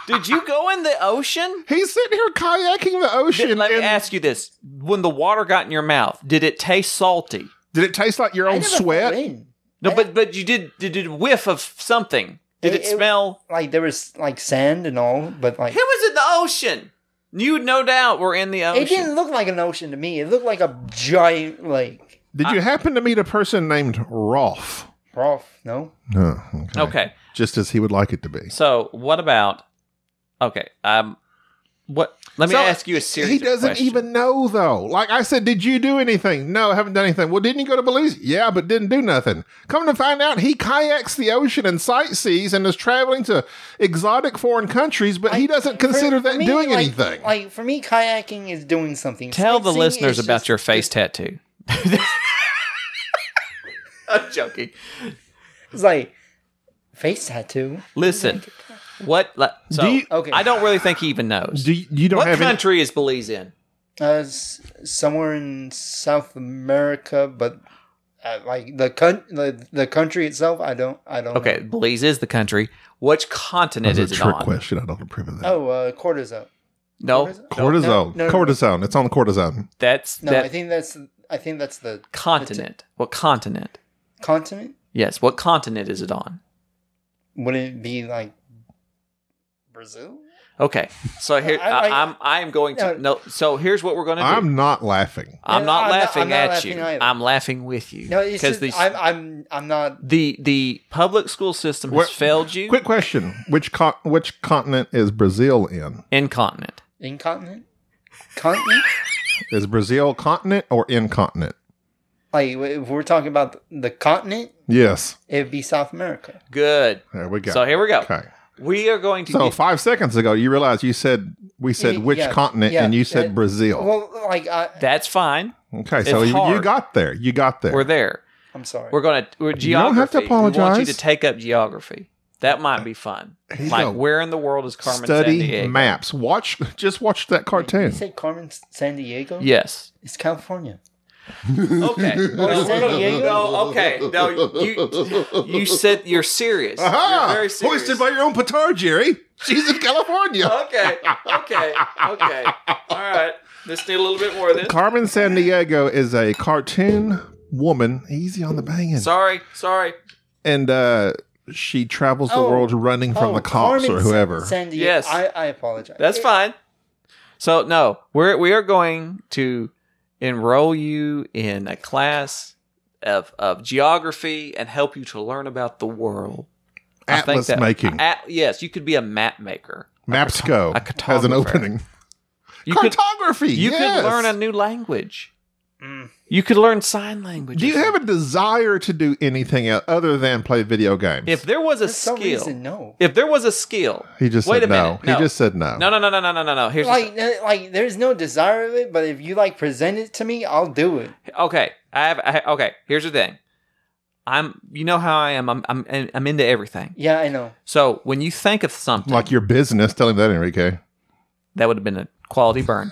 [SPEAKER 2] Did you go in the ocean?
[SPEAKER 1] He's sitting here kayaking the ocean.
[SPEAKER 2] Did, let me
[SPEAKER 1] and-
[SPEAKER 3] uh,
[SPEAKER 2] ask you this: When the water got in your mouth, did it taste salty?
[SPEAKER 1] did it taste like your
[SPEAKER 3] I
[SPEAKER 1] own
[SPEAKER 3] never fell
[SPEAKER 1] sweat?
[SPEAKER 3] in.
[SPEAKER 2] No,
[SPEAKER 3] I-
[SPEAKER 2] but but you did did it whiff of something? Did it,
[SPEAKER 3] It- it-
[SPEAKER 2] smell?
[SPEAKER 3] Like there was like sand and all, but like
[SPEAKER 2] It was in the ocean. You no doubt were in the ocean.
[SPEAKER 3] it didn't look like an ocean to me. It looked like a giant lake.
[SPEAKER 1] Did you happen to meet a person named Rolf?
[SPEAKER 3] Rough, no.
[SPEAKER 1] No. Okay.
[SPEAKER 2] Okay,
[SPEAKER 1] Just as he would like it to be.
[SPEAKER 2] so what about? Okay, um, what? Let me
[SPEAKER 1] So,
[SPEAKER 2] ask you a series.
[SPEAKER 1] He
[SPEAKER 2] of
[SPEAKER 1] doesn't
[SPEAKER 2] questions.
[SPEAKER 1] even know though. Like I said, did you do anything? No, I haven't done anything. Well, didn't you go to Belize? Yeah, but didn't do nothing. Come to find out, he kayaks the ocean and sightsees and is traveling to exotic foreign countries, but he doesn't consider
[SPEAKER 3] For- for
[SPEAKER 1] that
[SPEAKER 3] me,
[SPEAKER 1] doing
[SPEAKER 3] like-
[SPEAKER 1] anything.
[SPEAKER 3] Like for me, kayaking is doing something.
[SPEAKER 2] Tell the
[SPEAKER 3] Sightseeing
[SPEAKER 2] listeners
[SPEAKER 3] is
[SPEAKER 2] about
[SPEAKER 3] just-
[SPEAKER 2] your face tattoo. I'm joking.
[SPEAKER 3] It's like face tattoo.
[SPEAKER 2] Listen, what? like, So,
[SPEAKER 1] you-
[SPEAKER 3] Okay.
[SPEAKER 2] I don't really think he even knows.
[SPEAKER 1] do you, you don't
[SPEAKER 2] what
[SPEAKER 1] have any,
[SPEAKER 2] country is Belize in?
[SPEAKER 3] Uh, s- somewhere in South America, but uh, like the, con- the the country itself, I don't, I don't.
[SPEAKER 2] Okay, Belize is the country. Which continent
[SPEAKER 1] That's
[SPEAKER 2] is
[SPEAKER 1] a
[SPEAKER 2] it
[SPEAKER 1] trick
[SPEAKER 2] on?
[SPEAKER 1] question. I don't approve of that.
[SPEAKER 3] Know. Oh, uh, cortisone.
[SPEAKER 2] No,
[SPEAKER 1] cortisone.
[SPEAKER 3] no, no, no.
[SPEAKER 1] cortisone. It's on the cortisone.
[SPEAKER 2] that's
[SPEAKER 3] No,
[SPEAKER 2] that
[SPEAKER 3] I think that's I think that's the
[SPEAKER 2] continent. What continent?
[SPEAKER 3] continent.
[SPEAKER 2] Yes, what continent is it on?
[SPEAKER 3] Would it be like Brazil?
[SPEAKER 2] Okay, so here
[SPEAKER 3] I-
[SPEAKER 2] I,
[SPEAKER 3] I-
[SPEAKER 2] I, am I am going to no. So here's what we're going to do. I'm,
[SPEAKER 1] I'm not laughing.
[SPEAKER 2] not
[SPEAKER 3] I'm not-
[SPEAKER 2] laughing
[SPEAKER 3] I'm not
[SPEAKER 2] at
[SPEAKER 3] laughing
[SPEAKER 2] you.
[SPEAKER 3] either.
[SPEAKER 2] I'm laughing with you.
[SPEAKER 3] No, it's
[SPEAKER 2] because
[SPEAKER 3] just,
[SPEAKER 2] the
[SPEAKER 3] I'm, I'm I'm not.
[SPEAKER 2] the the public school system has
[SPEAKER 1] Where-
[SPEAKER 2] failed you.
[SPEAKER 1] Quick question: Which co- which continent is Brazil in?
[SPEAKER 2] Incontinent.
[SPEAKER 3] Incontinent? Continent?
[SPEAKER 1] Is Brazil continent or incontinent?
[SPEAKER 3] like, if we're talking about the continent,
[SPEAKER 1] Yes.
[SPEAKER 3] it would be South America.
[SPEAKER 2] Good.
[SPEAKER 1] There we go.
[SPEAKER 2] So here we go.
[SPEAKER 1] Okay.
[SPEAKER 2] We are going to
[SPEAKER 1] So
[SPEAKER 2] get,
[SPEAKER 1] five seconds ago, you realized you said we said
[SPEAKER 3] Y-
[SPEAKER 1] which
[SPEAKER 3] yeah,
[SPEAKER 1] continent,
[SPEAKER 3] yeah,
[SPEAKER 1] and you said
[SPEAKER 3] uh,
[SPEAKER 1] Brazil.
[SPEAKER 3] Well, like I,
[SPEAKER 2] that's fine.
[SPEAKER 1] okay, so
[SPEAKER 2] it's
[SPEAKER 1] you, you
[SPEAKER 2] hard.
[SPEAKER 1] got there. You got there.
[SPEAKER 2] We're there.
[SPEAKER 3] I'm sorry.
[SPEAKER 2] We're gonna we're geography.
[SPEAKER 1] You don't have to
[SPEAKER 2] We want you to
[SPEAKER 1] apologize.
[SPEAKER 2] take up geography. That might be fun.
[SPEAKER 1] He's
[SPEAKER 2] Like
[SPEAKER 1] gonna
[SPEAKER 2] where in the world is Carmen
[SPEAKER 1] Study
[SPEAKER 2] Sandiego?
[SPEAKER 1] maps. Watch. Just watch that cartoon.
[SPEAKER 3] You said Carmen San Diego?
[SPEAKER 2] Yes.
[SPEAKER 3] It's California.
[SPEAKER 2] Okay. No,
[SPEAKER 3] Or
[SPEAKER 2] we're
[SPEAKER 3] San
[SPEAKER 2] gonna-
[SPEAKER 3] Diego.
[SPEAKER 2] no, okay. No, you you said you're serious. You're very serious.
[SPEAKER 1] Uh-huh. Hoisted by your own petard, Jerry. She's in California.
[SPEAKER 2] okay. Okay. Okay. All right. Let's need a little bit more of this.
[SPEAKER 1] Carmen San Diego is a cartoon woman. Easy on the banging.
[SPEAKER 2] Sorry. Sorry.
[SPEAKER 1] and uh, she travels the
[SPEAKER 3] Oh.
[SPEAKER 1] world running from the cops
[SPEAKER 3] Carmen
[SPEAKER 1] or whoever.
[SPEAKER 3] San Diego.
[SPEAKER 2] Yes.
[SPEAKER 3] I, I apologize.
[SPEAKER 2] That's
[SPEAKER 3] It-
[SPEAKER 2] fine. So no, we're we are going to enroll you in a class of of geography and help you to learn about the world. I think
[SPEAKER 1] Atlas
[SPEAKER 2] that-
[SPEAKER 1] making.
[SPEAKER 2] At, yes, you could be a map maker.
[SPEAKER 1] Mapsco
[SPEAKER 2] a cartographer.
[SPEAKER 1] has an opening.
[SPEAKER 2] You could
[SPEAKER 1] Cartography.
[SPEAKER 2] you
[SPEAKER 1] yes.
[SPEAKER 2] could learn a new language.
[SPEAKER 3] Mm.
[SPEAKER 2] You could learn sign language.
[SPEAKER 1] Do you have a desire to do anything el- other than play video games?
[SPEAKER 2] If there was a
[SPEAKER 3] For some
[SPEAKER 2] skill,
[SPEAKER 3] reason, no.
[SPEAKER 2] if there was a skill,
[SPEAKER 1] he just
[SPEAKER 2] Wait
[SPEAKER 1] said
[SPEAKER 2] a
[SPEAKER 1] no.
[SPEAKER 2] minute, no.
[SPEAKER 1] He just said no.
[SPEAKER 2] no, no, no, no, no, no, no, no. Here's the
[SPEAKER 3] Like, uh, like, there's no desire of it, but if you like present it to me, I'll do it.
[SPEAKER 2] okay i have I, okay here's the thing i'm you know how i am i'm i'm, I'm into everything
[SPEAKER 3] Yeah, I know.
[SPEAKER 2] so when you think of something
[SPEAKER 1] Like your business. Tell him that, Enrique.
[SPEAKER 2] that would have been a quality burn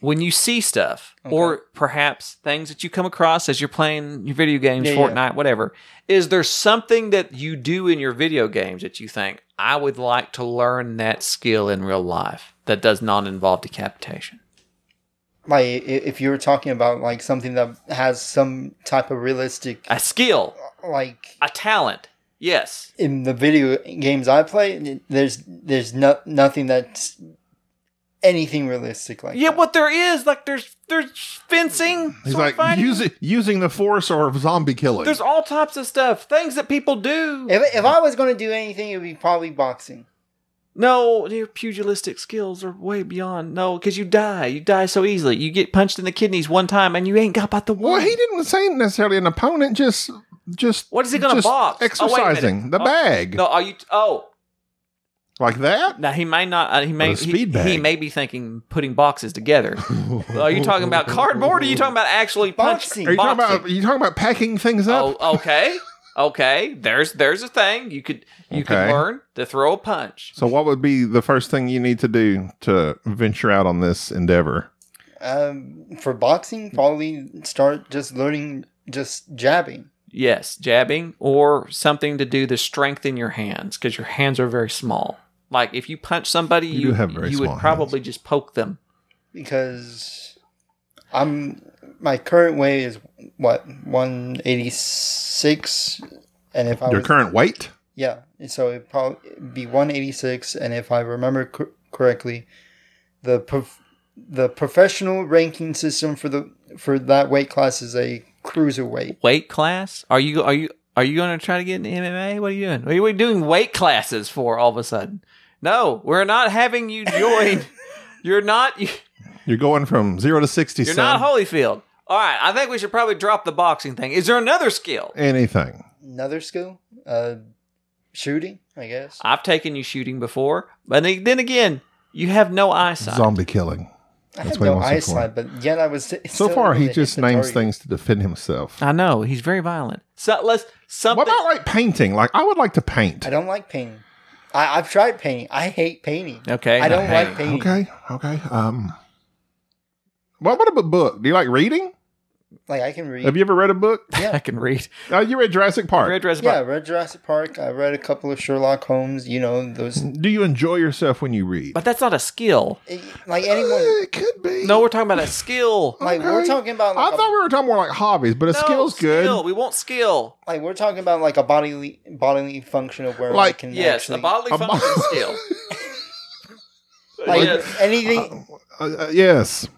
[SPEAKER 2] when you see stuff or perhaps things that you come across as you're playing your video games
[SPEAKER 3] Yeah, yeah.
[SPEAKER 2] fortnite whatever is there something that you do in your video games that you think i would like to learn that skill in real life that does not involve decapitation
[SPEAKER 3] Like, i- if you were talking about like something that has some type of realistic,
[SPEAKER 2] a skill
[SPEAKER 3] like
[SPEAKER 2] a talent yes
[SPEAKER 3] in the video games I play, there's there's no, nothing that's anything realistic like.
[SPEAKER 2] Yeah,
[SPEAKER 3] that.
[SPEAKER 2] what there is, like there's there's fencing.
[SPEAKER 1] He's
[SPEAKER 2] sword
[SPEAKER 1] like
[SPEAKER 2] fighting.
[SPEAKER 1] using using the force or zombie killing.
[SPEAKER 2] there's all types of stuff, things that people do.
[SPEAKER 3] If, if I was going to do anything, it would be probably boxing.
[SPEAKER 2] no, your pugilistic skills are way beyond. No, because you die, you die so easily. You get punched in the kidneys one time, and you ain't got about the one.
[SPEAKER 1] well, he didn't say necessarily an opponent. Just just
[SPEAKER 2] What is he gonna
[SPEAKER 1] just
[SPEAKER 2] box? Oh, wait a minute.
[SPEAKER 1] Exercising the
[SPEAKER 2] Oh,
[SPEAKER 1] bag
[SPEAKER 2] No, are you? Oh,
[SPEAKER 1] like that.
[SPEAKER 2] now he may not. Uh, he may.
[SPEAKER 1] Or a speed
[SPEAKER 2] he,
[SPEAKER 1] bag.
[SPEAKER 2] he may be thinking putting boxes together. are you talking about cardboard? Or are you talking about actually punch-
[SPEAKER 3] Boxing.
[SPEAKER 1] Are you talking
[SPEAKER 2] boxing?
[SPEAKER 1] about? Are you talking about packing things up?
[SPEAKER 2] Oh, okay. Okay, there's there's a thing you could you could
[SPEAKER 1] Okay.
[SPEAKER 2] learn to throw a punch.
[SPEAKER 1] So, what would be the first thing you need to do to venture out on this endeavor?
[SPEAKER 3] Um, for boxing, probably start just learning just jabbing.
[SPEAKER 2] Yes, jabbing or something to do to strengthen your hands because your hands are very small. Like if you punch somebody,
[SPEAKER 1] You
[SPEAKER 2] you
[SPEAKER 1] do have very
[SPEAKER 2] you
[SPEAKER 1] small
[SPEAKER 2] would probably just poke them.
[SPEAKER 3] because I'm my current weight is what 186, and if I
[SPEAKER 1] Your
[SPEAKER 3] was,
[SPEAKER 1] current weight?
[SPEAKER 3] yeah, so it probably be 186, and if I remember cor- correctly, the prof- the professional ranking system for the for that weight class is a cruiserweight.
[SPEAKER 2] Weight class? Are you are you are you going to try to get into MMA? What are you doing? What are we doing weight classes for all of a sudden? No, we're not having you join. you're not you-
[SPEAKER 1] You're going from zero to 60
[SPEAKER 2] you're
[SPEAKER 1] son.
[SPEAKER 2] not Holyfield. All right, I think we should probably drop the boxing thing. Is there another skill?
[SPEAKER 1] Anything.
[SPEAKER 3] Another skill, uh, shooting, I guess.
[SPEAKER 2] I've taken you shooting before, but then then again, you have no eyesight.
[SPEAKER 1] Zombie killing.
[SPEAKER 3] I
[SPEAKER 1] That's
[SPEAKER 3] have
[SPEAKER 1] what he
[SPEAKER 3] no
[SPEAKER 1] wants to
[SPEAKER 3] eyesight, but yet I was
[SPEAKER 1] So far, he just names things to defend himself.
[SPEAKER 2] I know he's very violent. So let's something.
[SPEAKER 1] What about like painting? Like, I would like to paint.
[SPEAKER 3] I don't like painting. I, I've tried painting. I hate painting.
[SPEAKER 2] okay,
[SPEAKER 3] I don't
[SPEAKER 2] hey.
[SPEAKER 3] like painting.
[SPEAKER 1] Okay. Okay. Um, what about a book? Do you like reading?
[SPEAKER 3] Like I can read.
[SPEAKER 1] Have you ever read a book?
[SPEAKER 2] I can read.
[SPEAKER 1] Oh, you read Jurassic Park.
[SPEAKER 2] Red Dress
[SPEAKER 3] yeah, I
[SPEAKER 2] Bar-
[SPEAKER 3] read Jurassic Park. I read a couple of Sherlock Holmes. You know those.
[SPEAKER 1] Do you enjoy yourself when you read?
[SPEAKER 2] but that's not a skill.
[SPEAKER 3] eh, Like
[SPEAKER 1] Uh,
[SPEAKER 3] anyone.
[SPEAKER 1] it could be.
[SPEAKER 2] No, we're talking about a skill.
[SPEAKER 3] Like we're
[SPEAKER 1] okay.
[SPEAKER 3] talking about.
[SPEAKER 1] I
[SPEAKER 3] Like, a-
[SPEAKER 1] thought we were talking more like hobbies, but a
[SPEAKER 2] No,
[SPEAKER 1] skill's good.
[SPEAKER 2] skill. We want skill.
[SPEAKER 3] like we're talking about like a bodily bodily function of where I
[SPEAKER 1] Like-
[SPEAKER 3] can
[SPEAKER 2] Yes,
[SPEAKER 3] actually
[SPEAKER 2] a bodily
[SPEAKER 1] A
[SPEAKER 2] function
[SPEAKER 1] bo-
[SPEAKER 2] skill.
[SPEAKER 3] like
[SPEAKER 2] yes.
[SPEAKER 3] anything.
[SPEAKER 1] Uh, uh, yes,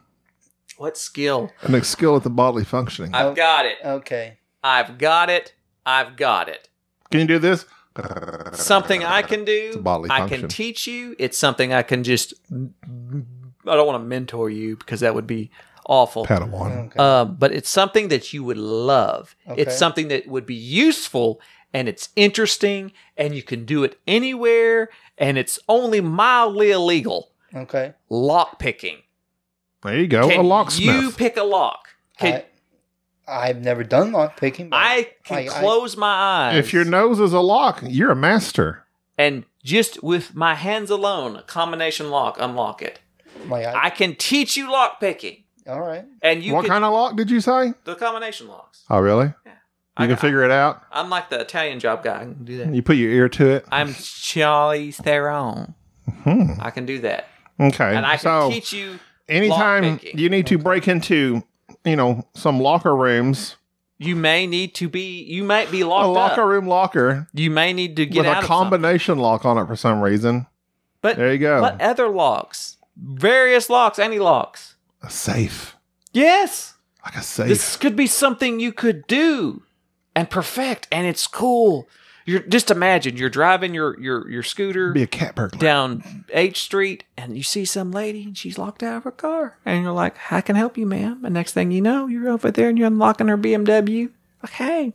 [SPEAKER 2] What skill?
[SPEAKER 1] and a skill at the bodily functioning.
[SPEAKER 2] I've got it.
[SPEAKER 3] Okay.
[SPEAKER 2] I've got it. I've got it.
[SPEAKER 1] Can you do this?
[SPEAKER 2] Something I can do.
[SPEAKER 1] a bodily
[SPEAKER 2] I
[SPEAKER 1] function.
[SPEAKER 2] can teach you. It's something I can just. I don't want to mentor you because that would be awful.
[SPEAKER 1] Padawan.
[SPEAKER 3] Okay.
[SPEAKER 2] Uh, Um, but it's something that you would love.
[SPEAKER 3] Okay.
[SPEAKER 2] It's something that would be useful and it's interesting and you can do it anywhere and it's only mildly illegal.
[SPEAKER 3] Okay.
[SPEAKER 2] Lock picking.
[SPEAKER 1] There you go.
[SPEAKER 2] Can
[SPEAKER 1] a locksmith.
[SPEAKER 2] You pick a lock. Can,
[SPEAKER 3] I, I've never done lock picking. but-
[SPEAKER 2] I can
[SPEAKER 3] I- I-
[SPEAKER 2] close my eyes.
[SPEAKER 1] if your nose is a lock, you're a master.
[SPEAKER 2] and just with my hands alone, a combination lock, unlock it.
[SPEAKER 3] like, I,
[SPEAKER 2] I can teach you lock picking,
[SPEAKER 3] all right.
[SPEAKER 2] and you
[SPEAKER 1] what
[SPEAKER 2] can,
[SPEAKER 1] kind of lock did you say?
[SPEAKER 2] the combination locks.
[SPEAKER 1] Oh, really? You
[SPEAKER 2] I
[SPEAKER 1] can
[SPEAKER 2] got-
[SPEAKER 1] figure it out.
[SPEAKER 2] I'm like the Italian job guy. I can do that.
[SPEAKER 1] You put your ear to it.
[SPEAKER 2] I'm Charlie Theron.
[SPEAKER 1] Hmm.
[SPEAKER 2] I can do that,
[SPEAKER 1] Okay.
[SPEAKER 2] and I can
[SPEAKER 1] so
[SPEAKER 2] teach you.
[SPEAKER 1] anytime
[SPEAKER 2] lockpicking.
[SPEAKER 1] you need to break into, you know, some locker rooms,
[SPEAKER 2] You may need to be. You might be
[SPEAKER 1] a
[SPEAKER 2] locked
[SPEAKER 1] locker
[SPEAKER 2] up.
[SPEAKER 1] room locker
[SPEAKER 2] You may need to get
[SPEAKER 1] with
[SPEAKER 2] out
[SPEAKER 1] a
[SPEAKER 2] of something.
[SPEAKER 1] combination lock on it for some reason.
[SPEAKER 2] But
[SPEAKER 1] There you go.
[SPEAKER 2] But other locks, various locks, any locks.
[SPEAKER 1] A safe.
[SPEAKER 2] Yes.
[SPEAKER 1] Like a safe.
[SPEAKER 2] This could be something you could do and perfect, and it's cool. You're just imagine you're driving your your your scooter
[SPEAKER 1] be a cat burglar.
[SPEAKER 2] down H Street, and you see some lady, and she's locked out of her car, and you're like, "I can help you, ma'am." And next thing you know, you're over there and you're unlocking her BMW. Like, hey,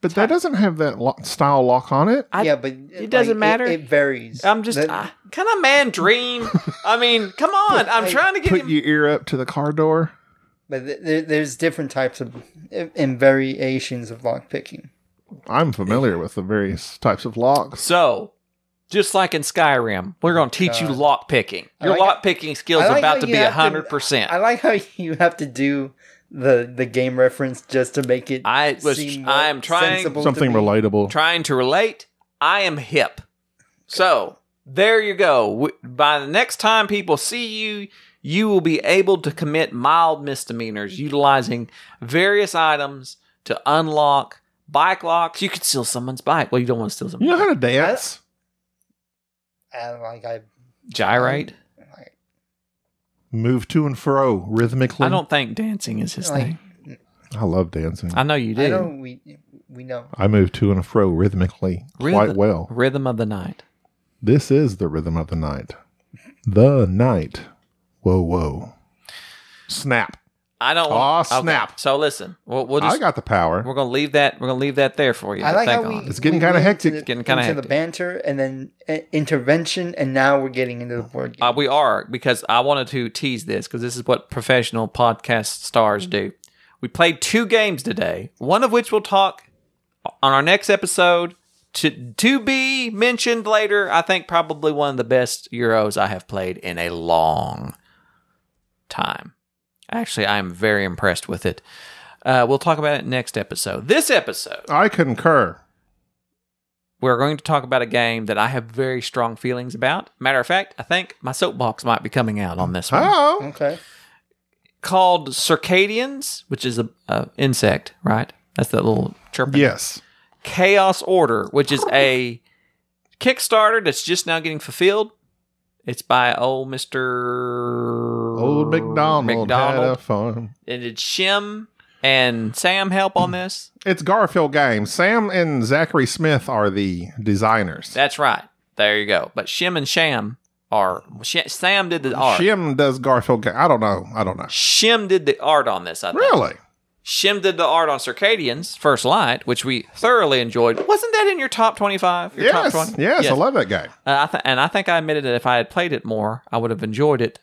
[SPEAKER 1] But that doesn't have that lo- style lock on it.
[SPEAKER 2] I-
[SPEAKER 3] yeah, but
[SPEAKER 2] it doesn't matter.
[SPEAKER 3] It, varies.
[SPEAKER 2] I'm just
[SPEAKER 3] That-
[SPEAKER 2] I, can a man dream? I mean, come on, I'm trying to get
[SPEAKER 1] Put
[SPEAKER 2] him.
[SPEAKER 1] your ear up to the car door.
[SPEAKER 3] but th- there, there's different types of and variations of lock picking.
[SPEAKER 1] I'm familiar with the various types of locks.
[SPEAKER 2] So, just like in Skyrim, we're going to teach you
[SPEAKER 3] God.
[SPEAKER 2] lock picking.
[SPEAKER 3] I
[SPEAKER 2] Your
[SPEAKER 3] like-
[SPEAKER 2] lock picking skills
[SPEAKER 3] I like
[SPEAKER 2] about
[SPEAKER 3] how
[SPEAKER 2] to
[SPEAKER 3] you
[SPEAKER 2] be
[SPEAKER 3] have to-
[SPEAKER 2] hundred percent.
[SPEAKER 3] I like how you have to do the the game reference just to make it.
[SPEAKER 2] I was-
[SPEAKER 3] seem
[SPEAKER 2] I am
[SPEAKER 3] more
[SPEAKER 2] trying-
[SPEAKER 3] sensible to
[SPEAKER 1] Something
[SPEAKER 3] me.
[SPEAKER 1] relatable.
[SPEAKER 2] trying to relate. I am hip. So there you go. W- By the next time people see you, you will be able to commit mild misdemeanors utilizing various items to unlock bike locks. You could steal someone's bike. Well, you don't want to steal
[SPEAKER 1] you
[SPEAKER 2] someone's
[SPEAKER 1] know
[SPEAKER 2] bike.
[SPEAKER 1] how to dance?
[SPEAKER 3] And like I,
[SPEAKER 2] Gyrate.
[SPEAKER 1] Move to and fro rhythmically.
[SPEAKER 2] I don't think dancing is his
[SPEAKER 3] Like-
[SPEAKER 2] thing.
[SPEAKER 1] I love dancing.
[SPEAKER 2] I know you
[SPEAKER 3] I
[SPEAKER 2] do.
[SPEAKER 3] know we we know.
[SPEAKER 1] I move to and fro rhythmically quite
[SPEAKER 2] Rhythm-
[SPEAKER 1] well.
[SPEAKER 2] Rhythm of the night.
[SPEAKER 1] This is the rhythm of the night. The night. Whoa, whoa. Snap.
[SPEAKER 2] I
[SPEAKER 1] Aw,
[SPEAKER 2] don't. want- okay,
[SPEAKER 1] snap.
[SPEAKER 2] So listen, we'll, we'll just
[SPEAKER 1] I got the power.
[SPEAKER 2] we're gonna leave that we're gonna leave that there for you.
[SPEAKER 3] I
[SPEAKER 2] to
[SPEAKER 3] like
[SPEAKER 2] think
[SPEAKER 3] how we
[SPEAKER 2] on.
[SPEAKER 1] It's getting kinda hectic.
[SPEAKER 3] It's
[SPEAKER 2] Getting kinda
[SPEAKER 3] the
[SPEAKER 2] hectic.
[SPEAKER 3] banter and then uh, intervention, and now we're getting into the board game.
[SPEAKER 2] Uh, we are because I wanted to tease this because this is what professional podcast stars do. We played two games today, one of which we'll talk on our next episode to to be mentioned later. I think probably one of the best Euros I have played in a long time. Actually, I am very impressed with it. Uh, we'll talk about it next episode. This episode,
[SPEAKER 1] I concur.
[SPEAKER 2] we're going to talk about a game that I have very strong feelings about. Matter of fact, I think my soapbox might be coming out on this one.
[SPEAKER 1] Oh,
[SPEAKER 3] okay.
[SPEAKER 2] Called Circadians, which is a, a insect, right? That's that little chirping.
[SPEAKER 1] yes.
[SPEAKER 2] Chaos Order, which is a Kickstarter that's just now getting fulfilled. It's by old Mister
[SPEAKER 1] Old McDonald,
[SPEAKER 2] McDonald,
[SPEAKER 1] had a farm.
[SPEAKER 2] and did Shim and Sam help on this?
[SPEAKER 1] It's Garfield game. Sam and Zachary Smith are the designers.
[SPEAKER 2] That's right. There you go. But Shim and Sham are Sh- Sam did the art.
[SPEAKER 1] Shim does Garfield game. I don't know. I don't know.
[SPEAKER 2] Shim did the art on this, I think.
[SPEAKER 1] Really?
[SPEAKER 2] Shim did the art on Circadians, First Light, which we thoroughly enjoyed. Wasn't that in your top 25? Your
[SPEAKER 1] Yes.
[SPEAKER 2] top 20?
[SPEAKER 1] yes. I love that game.
[SPEAKER 2] Uh, I th- and I think I admitted that if I had played it more, I would have enjoyed it.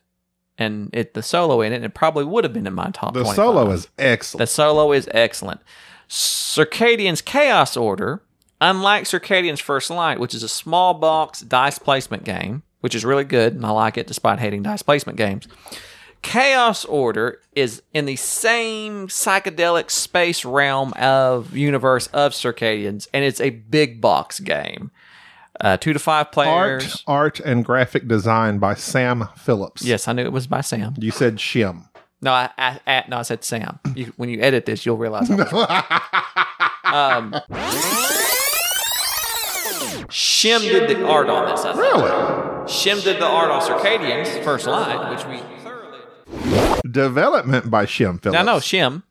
[SPEAKER 2] And it the solo in it, it probably would have been in my top
[SPEAKER 1] The
[SPEAKER 2] 25.
[SPEAKER 1] solo is
[SPEAKER 2] The
[SPEAKER 1] excellent.
[SPEAKER 2] solo is excellent. Circadian's Chaos Order, unlike Circadian's First Light, which is a small box dice placement game, which is really good, and I like it despite hating dice placement games. Chaos Order is in the same psychedelic space realm of universe of Circadians, and it's a big box game. Uh, two to five players.
[SPEAKER 1] Art, art, and graphic design by Sam Phillips.
[SPEAKER 2] Yes, I knew it was by Sam.
[SPEAKER 1] You said Shim.
[SPEAKER 2] No, I, I, I no, I said Sam. You, when you edit this, you'll realize. I was right. um, Shim did the art on this. I think.
[SPEAKER 1] Really?
[SPEAKER 2] Shim did the art on Circadians First Light, which we.
[SPEAKER 1] Development by Shim Phillips.
[SPEAKER 2] Now, no, Shim.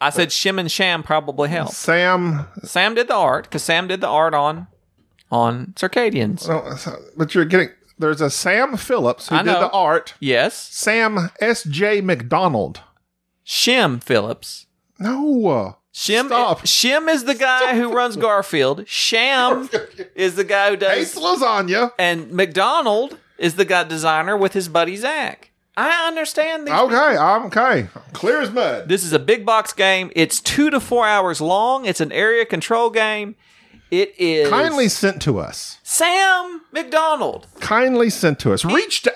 [SPEAKER 2] I said Shim and Sham probably helped.
[SPEAKER 1] Sam.
[SPEAKER 2] Sam did the art because Sam did the art on on Circadians.
[SPEAKER 1] No, so- but you're getting. There's a Sam Phillips who
[SPEAKER 2] I
[SPEAKER 1] did
[SPEAKER 2] know.
[SPEAKER 1] the art.
[SPEAKER 2] Yes,
[SPEAKER 1] Sam S.J. McDonald.
[SPEAKER 2] Shim Phillips.
[SPEAKER 1] No.
[SPEAKER 2] Shim,
[SPEAKER 1] Stop.
[SPEAKER 2] Shim is the guy who runs Garfield. Sham is the guy who does.
[SPEAKER 1] Hates lasagna.
[SPEAKER 2] And McDonald is the guy designer with his buddy Zach. I understand these.
[SPEAKER 1] Okay, I'm okay. Clear as mud.
[SPEAKER 2] This is a big box game. It's two to four hours long. It's an area control game. It is
[SPEAKER 1] Kindly sent to us.
[SPEAKER 2] Sam McDonald.
[SPEAKER 1] Kindly sent to us. Reached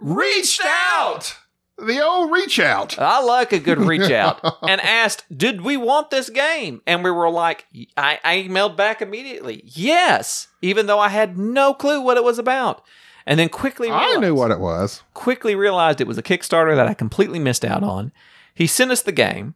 [SPEAKER 1] reached
[SPEAKER 2] out.
[SPEAKER 1] The old reach out.
[SPEAKER 2] I like a good reach out and asked, Did we want this game? And we were like, I, I emailed back immediately, Yes, even though I had no clue what it was about. And then quickly
[SPEAKER 1] I
[SPEAKER 2] realized,
[SPEAKER 1] knew what it was.
[SPEAKER 2] quickly realized it was a Kickstarter that I completely missed out on. He sent us the game.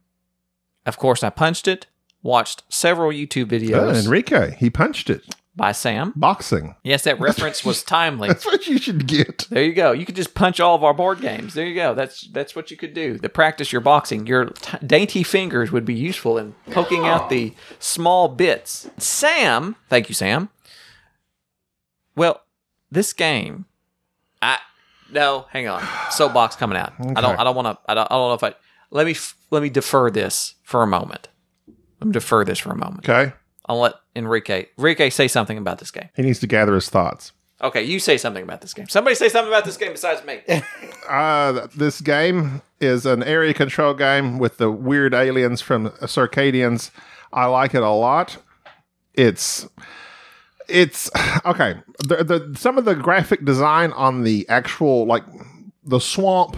[SPEAKER 2] Of course, I punched it, watched several YouTube
[SPEAKER 1] Oh,
[SPEAKER 2] videos
[SPEAKER 1] Enrique, he punched it.
[SPEAKER 2] by Sam.
[SPEAKER 1] Boxing.
[SPEAKER 2] Yes, that reference was timely.
[SPEAKER 1] That's what you should get.
[SPEAKER 2] There you go. You could just punch all of our board games. There you go. That's that's what you could do. To practice your boxing, your t- dainty fingers would be useful in poking out the small bits. Sam, thank you, Sam. Well, this game, I no, hang on. Soapbox coming out. I don't. I don't want to. I don't. I don't know if I. Let me. f- Let me defer this for a moment. Let me defer this for a moment.
[SPEAKER 1] Okay.
[SPEAKER 2] I'll let Enrique. Enrique say something about this game.
[SPEAKER 1] He needs to gather his thoughts.
[SPEAKER 2] Okay, you say something about this game. Somebody say something about this game besides me.
[SPEAKER 1] Uh, th- this game is an area control game with the weird aliens from Circadians. I like it a lot. It's it's okay. The, the some of the graphic design on the actual like the swamp,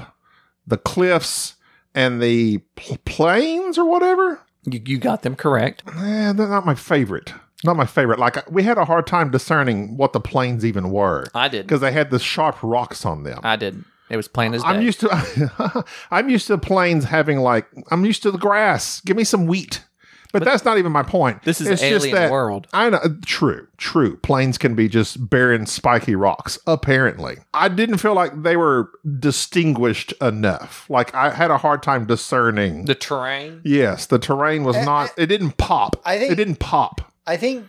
[SPEAKER 1] the cliffs, and the pl- plains or whatever.
[SPEAKER 2] You, you got them correct.
[SPEAKER 1] Eh, they're not my favorite. Not my favorite. Like we had a hard time discerning what the plains even were
[SPEAKER 2] I did.
[SPEAKER 1] because they had the sharp rocks on them.
[SPEAKER 2] I did. It was plain as day.
[SPEAKER 1] I'm used to I'm used to plains having like I'm used to the grass. Give me some wheat. But, that's not even my point.
[SPEAKER 2] This is
[SPEAKER 1] It's
[SPEAKER 2] an
[SPEAKER 1] just
[SPEAKER 2] alien
[SPEAKER 1] that-
[SPEAKER 2] world.
[SPEAKER 1] I know. True, true. Plains can be just barren, spiky rocks. Apparently, I didn't feel like they were distinguished enough. Like I had a hard time discerning.
[SPEAKER 2] The terrain.
[SPEAKER 1] yes, the terrain was not. It didn't pop.
[SPEAKER 3] I think-
[SPEAKER 1] it didn't pop
[SPEAKER 3] I think,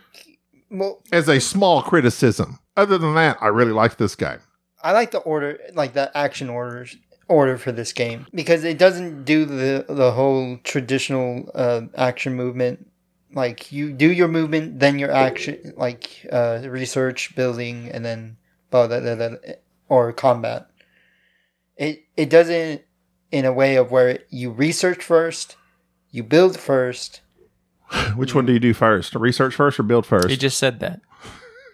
[SPEAKER 3] well,
[SPEAKER 1] as a small criticism. Other than that, I really like this game.
[SPEAKER 3] I like the order, like the action orders order for this game because it doesn't do the the whole traditional uh, action movement. Like you do your movement, then your action, like uh, research, building, and then blah, blah, blah, blah, blah, or combat. It it doesn't in a way of where you research first, you build first.
[SPEAKER 1] Which
[SPEAKER 2] Mm.
[SPEAKER 1] one do you do first? Research first or build first?
[SPEAKER 2] You just said that.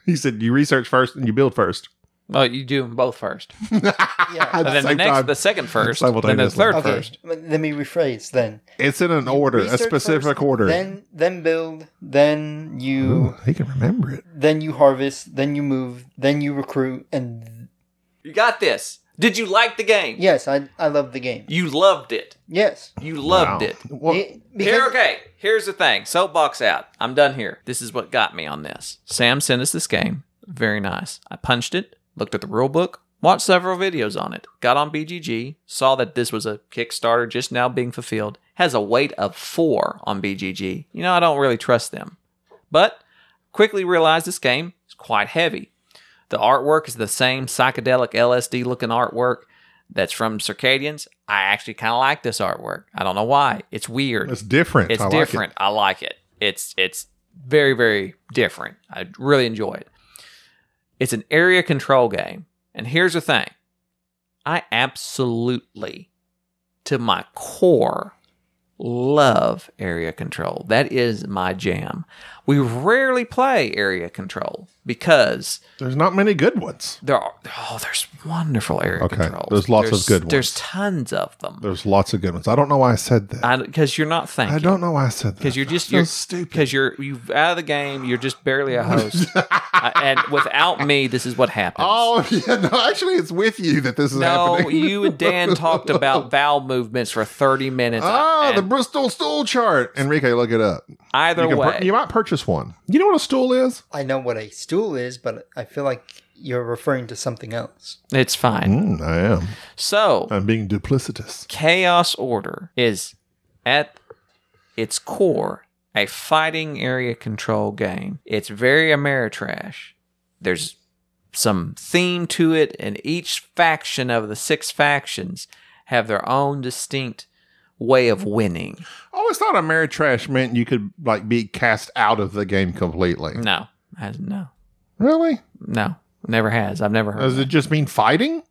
[SPEAKER 1] He said, "You research first and you build first.
[SPEAKER 2] Well, you do them both first.
[SPEAKER 3] Yeah.
[SPEAKER 1] At
[SPEAKER 2] And then the
[SPEAKER 1] same
[SPEAKER 2] next,
[SPEAKER 1] time.
[SPEAKER 2] the second first, then the
[SPEAKER 1] Simultaneously.
[SPEAKER 2] third
[SPEAKER 3] Okay.
[SPEAKER 2] first.
[SPEAKER 3] Let let me rephrase then.
[SPEAKER 1] it's in an order, a
[SPEAKER 3] Research
[SPEAKER 1] specific
[SPEAKER 3] first,
[SPEAKER 1] order.
[SPEAKER 3] Then then build, then you
[SPEAKER 1] Ooh, he can remember it.
[SPEAKER 3] then you harvest, then you move, then you recruit, and
[SPEAKER 2] You got this. Did you like the game?
[SPEAKER 3] yes, I I love the game.
[SPEAKER 2] You loved it.
[SPEAKER 3] Yes,
[SPEAKER 2] You loved
[SPEAKER 1] Wow.
[SPEAKER 2] it.
[SPEAKER 1] Well,
[SPEAKER 3] It-
[SPEAKER 2] Here,
[SPEAKER 3] because
[SPEAKER 2] okay. Here's the thing. Soapbox out. I'm done here. This is what got me on this. Sam sent us this game. Very nice. I punched it, looked at the rule book, watched several videos on it, got on BGG, saw that this was a Kickstarter just now being fulfilled, has a weight of four on BGG. You know, I don't really trust them. But quickly realized this game is quite heavy. The artwork is the same psychedelic LSD looking artwork that's from Circadians. I actually kind of like this artwork. I don't know why. It's weird.
[SPEAKER 1] it's different.
[SPEAKER 2] It's
[SPEAKER 1] I like it.
[SPEAKER 2] different. I like it. It's it's very very different. I really enjoy it. It's an area control game, and here's the thing: I absolutely, to my core, love area control. That is my jam. We rarely play area control because
[SPEAKER 1] There's not many good ones.
[SPEAKER 2] there are oh, there's wonderful area
[SPEAKER 1] Okay,
[SPEAKER 2] controls.
[SPEAKER 1] there's lots of good ones.
[SPEAKER 2] There's tons of them.
[SPEAKER 1] There's lots of good ones. I don't know why I said that. I,
[SPEAKER 2] Because you're not thinking.
[SPEAKER 1] don't know why I said that.
[SPEAKER 2] because you're
[SPEAKER 1] I
[SPEAKER 2] just
[SPEAKER 1] feel
[SPEAKER 2] you're
[SPEAKER 1] stupid.
[SPEAKER 2] because you're you've out of the game. You're just barely a host, Uh, and without me, this is what happens.
[SPEAKER 1] Oh yeah, no. Actually, it's with you that this is
[SPEAKER 2] no,
[SPEAKER 1] happening.
[SPEAKER 2] you and Dan talked about vowel movements for thirty minutes.
[SPEAKER 1] Ah,
[SPEAKER 2] and
[SPEAKER 1] the Bristol stool chart. Enrique, look it up.
[SPEAKER 2] either
[SPEAKER 1] You, can
[SPEAKER 2] way,
[SPEAKER 1] pur- you might purchase one. You know what a stool is?
[SPEAKER 3] I know what a stool is, but I feel like you're referring to something else.
[SPEAKER 2] it's fine.
[SPEAKER 1] Mm, I am.
[SPEAKER 2] So
[SPEAKER 1] I'm being duplicitous.
[SPEAKER 2] chaos order is at its core a fighting area control game. It's very Ameritrash. There's some theme to it, and each faction of the six factions have their own distinct way of winning.
[SPEAKER 1] I always thought Ameritrash meant you could like be cast out of the game completely.
[SPEAKER 2] No, I, no,
[SPEAKER 1] Really?
[SPEAKER 2] no, never has. I've never heard.
[SPEAKER 1] Does
[SPEAKER 2] of it.
[SPEAKER 1] it just mean fighting?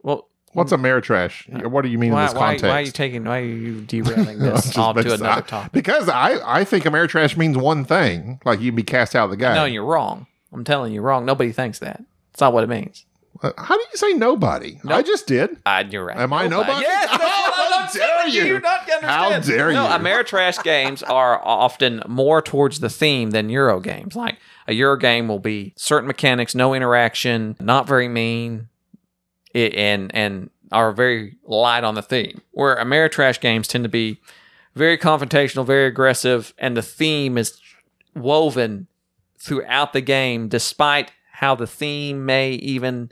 [SPEAKER 2] Well,
[SPEAKER 1] What's Ameritrash? What do you mean in
[SPEAKER 2] Mm. Uh, why,
[SPEAKER 1] this
[SPEAKER 2] why,
[SPEAKER 1] context?
[SPEAKER 2] why are you taking? Why are you derailing
[SPEAKER 1] I was
[SPEAKER 2] this
[SPEAKER 1] just
[SPEAKER 2] off to
[SPEAKER 1] making-
[SPEAKER 2] another
[SPEAKER 1] I-
[SPEAKER 2] topic?
[SPEAKER 1] Because I, I think Ameritrash means one thing. Like you can be cast out of the game.
[SPEAKER 2] No, you're wrong. I'm telling you, you're wrong. Nobody thinks that. It's not what it means.
[SPEAKER 1] Uh, How do you say nobody? I just did.
[SPEAKER 2] Uh, you're right.
[SPEAKER 1] Am I nobody?
[SPEAKER 2] Yes. that's
[SPEAKER 1] How
[SPEAKER 2] what I'm
[SPEAKER 1] dare
[SPEAKER 2] telling
[SPEAKER 1] you?
[SPEAKER 2] You're not gonna
[SPEAKER 1] How
[SPEAKER 2] understand.
[SPEAKER 1] dare
[SPEAKER 2] No,
[SPEAKER 1] you?
[SPEAKER 2] Ameritrash games are often more towards the theme than Euro games. Like a Euro game will be certain mechanics, no interaction, not very mean, it, and and are very light on the theme. Where Ameritrash games tend to be very confrontational, very aggressive, and the theme is woven throughout the game, despite how the theme may even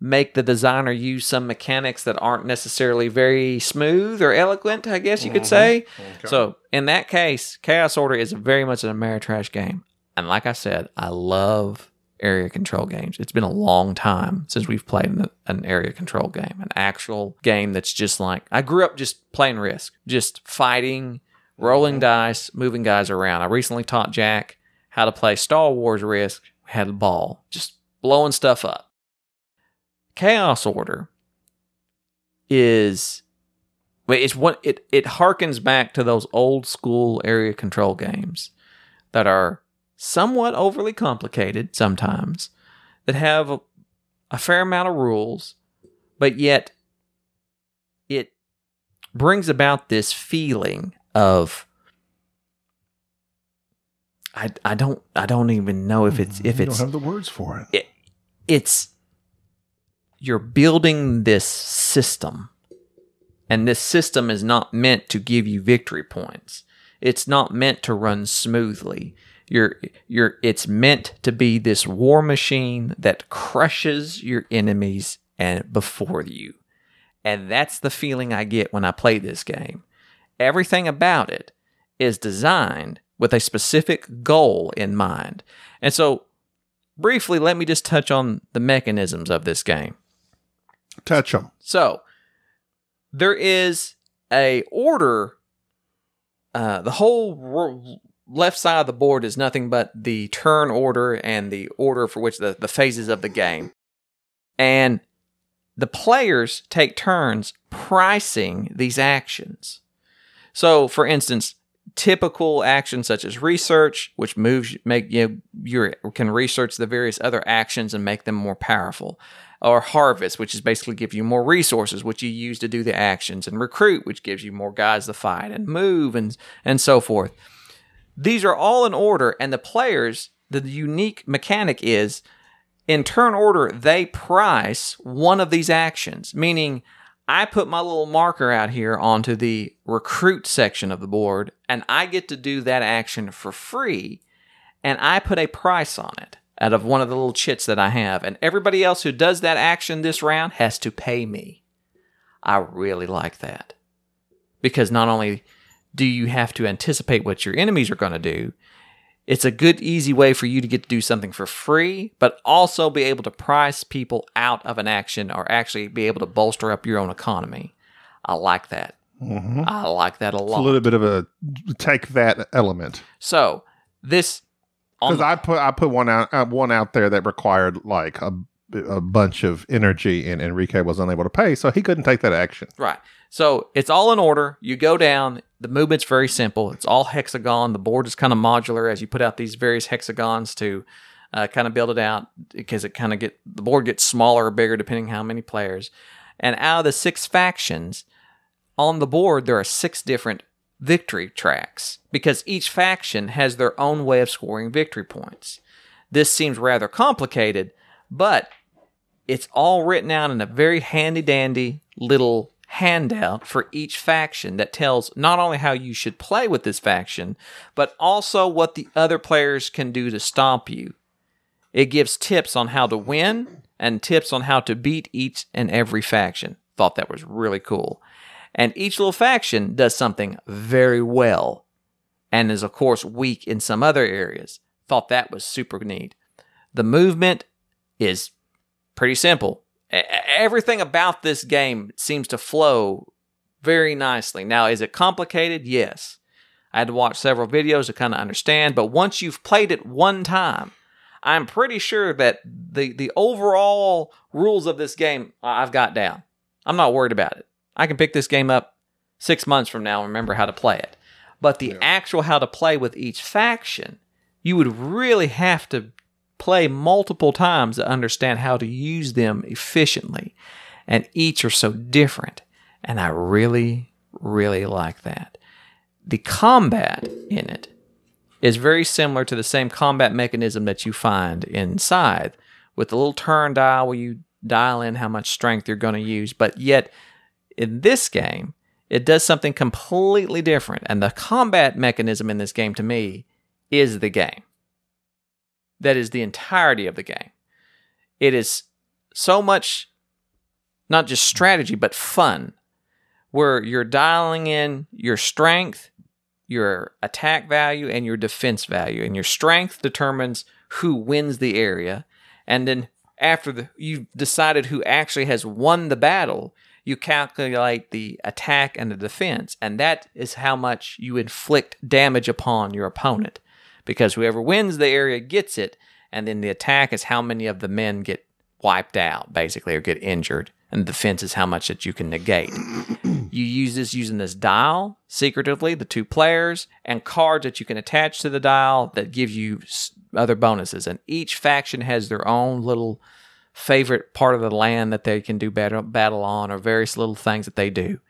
[SPEAKER 2] make the designer use some mechanics that aren't necessarily very smooth or eloquent, I guess you could say. So, in that case, Chaos Order is very much an Ameritrash game. And like I said, I love area control games. It's been a long time since we've played an, an area control game, an actual game that's just like I grew up just playing Risk, just fighting, rolling dice, moving guys around. I recently taught Jack how to play Star Wars Risk, We had a ball, just blowing stuff up. Chaos Order is wait, it's one it it harkens back to those old school area control games that are somewhat overly complicated sometimes that have a, a fair amount of rules but yet it brings about this feeling of I, I don't I don't even know if it's if
[SPEAKER 1] Mm-hmm. You
[SPEAKER 2] it's
[SPEAKER 1] don't have the words for it.
[SPEAKER 2] it's you're building this system and this system is not meant to give you victory points it's not meant to run smoothly you're you're it's meant to be this war machine that crushes your enemies and before you and that's the feeling i get when i play this game everything about it is designed with a specific goal in mind and so briefly, let me just touch on the mechanisms of this game.
[SPEAKER 1] Touch them.
[SPEAKER 2] So there is a order. Uh, the whole r- left side of the board is nothing but the turn order and the order for which the, the phases of the game. And the players take turns pricing these actions. So, for instance, typical actions such as research, which moves make you you can research the various other actions and make them more powerful, or harvest, which is basically give you more resources, which you use to do the actions, and recruit, which gives you more guys to fight and move and and so forth. These are all in order, and the players the unique mechanic is in turn order they price one of these actions, meaning I put my little marker out here onto the recruit section of the board, and I get to do that action for free, and I put a price on it out of one of the little chits that I have, and everybody else who does that action this round has to pay me. I really like that because not only do you have to anticipate what your enemies are going to do, it's a good, easy way for you to get to do something for free, but also be able to price people out of an action or actually be able to bolster up your own economy. I like that.
[SPEAKER 1] hmm
[SPEAKER 2] I like that a
[SPEAKER 1] It's a
[SPEAKER 2] lot.
[SPEAKER 1] little bit of a take that element
[SPEAKER 2] so this on
[SPEAKER 1] because
[SPEAKER 2] the-
[SPEAKER 1] I put I put one out uh, one out there that required like a, a bunch of energy and Enrique was unable to pay, so he couldn't take that action.
[SPEAKER 2] Right. So it's all in order. You go down. The movement's very simple. It's all hexagon. The board is kind of modular as you put out these various hexagons to uh, kind of build it out because it kind of get the board gets smaller or bigger depending how many players. And out of the six factions on the board, there are six different victory tracks because each faction has their own way of scoring victory points. This seems rather complicated, but it's all written out in a very handy dandy little handout for each faction that tells not only how you should play with this faction, but also what the other players can do to stop you. It gives tips on how to win and tips on how to beat each and every faction. Thought that was really cool. And each little faction does something very well and is, of course, weak in some other areas. Thought that was super neat. The movement is e-, pretty simple. E- Everything about this game seems to flow very nicely. Now, is it complicated? Yes. I had to watch several videos to kind of understand, but once you've played it one time, I'm pretty sure that the the overall rules of this game I- I've got down. I'm not worried about it. I can pick this game up six months from now and remember how to play it. But the actual how to play with each faction, you would really have to play multiple times to understand how to use them efficiently. And each are so different. And I really, really like that. The combat in it is very similar to the same combat mechanism that you find in Scythe, with the little turn dial where you dial in how much strength you're going to use. But yet, in this game, it does something completely different. And the combat mechanism in this game, to me, is the game. That is the entirety of the game. It is so much, not just strategy, but fun, where you're dialing in your strength, your attack value and your defense value and your strength determines who wins the area and then after the, you've decided who actually has won the battle you calculate the attack and the defense and that is how much you inflict damage upon your opponent because whoever wins the area gets it and then the attack is how many of the men get wiped out basically or get injured and the defense is how much that you can negate you use this using this dial secretively, the two players, and cards that you can attach to the dial that give you s- other bonuses. And each faction has their own little favorite part of the land that they can do battle, battle on, or various little things that they do.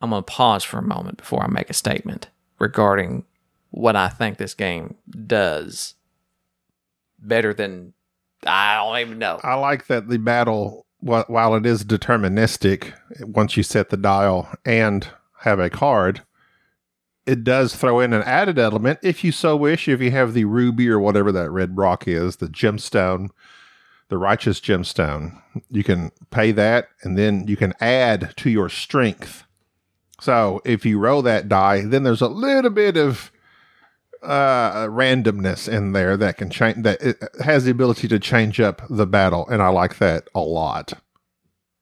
[SPEAKER 2] I'm going to pause for a moment before I make a statement regarding what I think this game does better than I don't even know.
[SPEAKER 1] I like that the battle, wh- while it is deterministic, once you set the dial and have a card, it does throw in an added element if you so wish. If you have the ruby or whatever that red rock is, the gemstone, the righteous gemstone, you can pay that and then you can add to your strength. So if you roll that die, then there's a little bit of uh randomness in there that can change that it has the ability to change up the battle and i like that a lot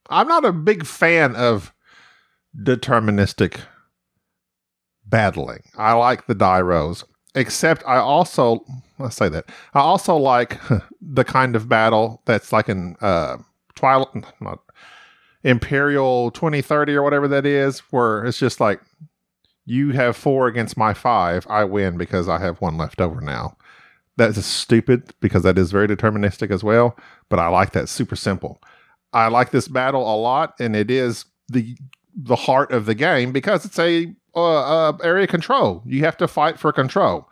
[SPEAKER 1] i'm not a big fan of deterministic battling i like the die rolls except i also i say that i also like the kind of battle that's like in uh twilight not imperial 2030 or whatever that is where it's just like you have four against my five. I win because I have one left over now. That's stupid because that is very deterministic as well. But I like that super simple. I like this battle a lot, and it is the the heart of the game because it's a uh, uh, area control. You have to fight for control,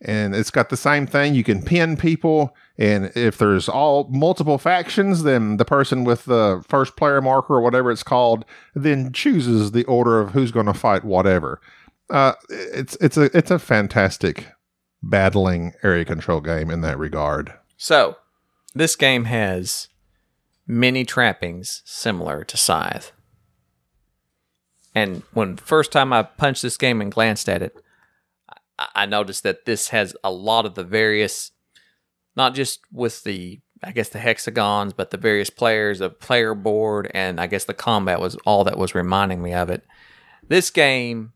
[SPEAKER 1] and it's got the same thing. You can pin people, and if there's all multiple factions, then the person with the first player marker or whatever it's called then chooses the order of who's going to fight whatever. Uh, it's it's a it's a fantastic battling area control game in that regard.
[SPEAKER 2] So, this game has many trappings similar to Scythe. And when first time I punched this game and glanced at it, I- I noticed that this has a lot of the various, not just with the, I guess the hexagons, but the various players, the player board, and I guess the combat was all that was reminding me of it. This game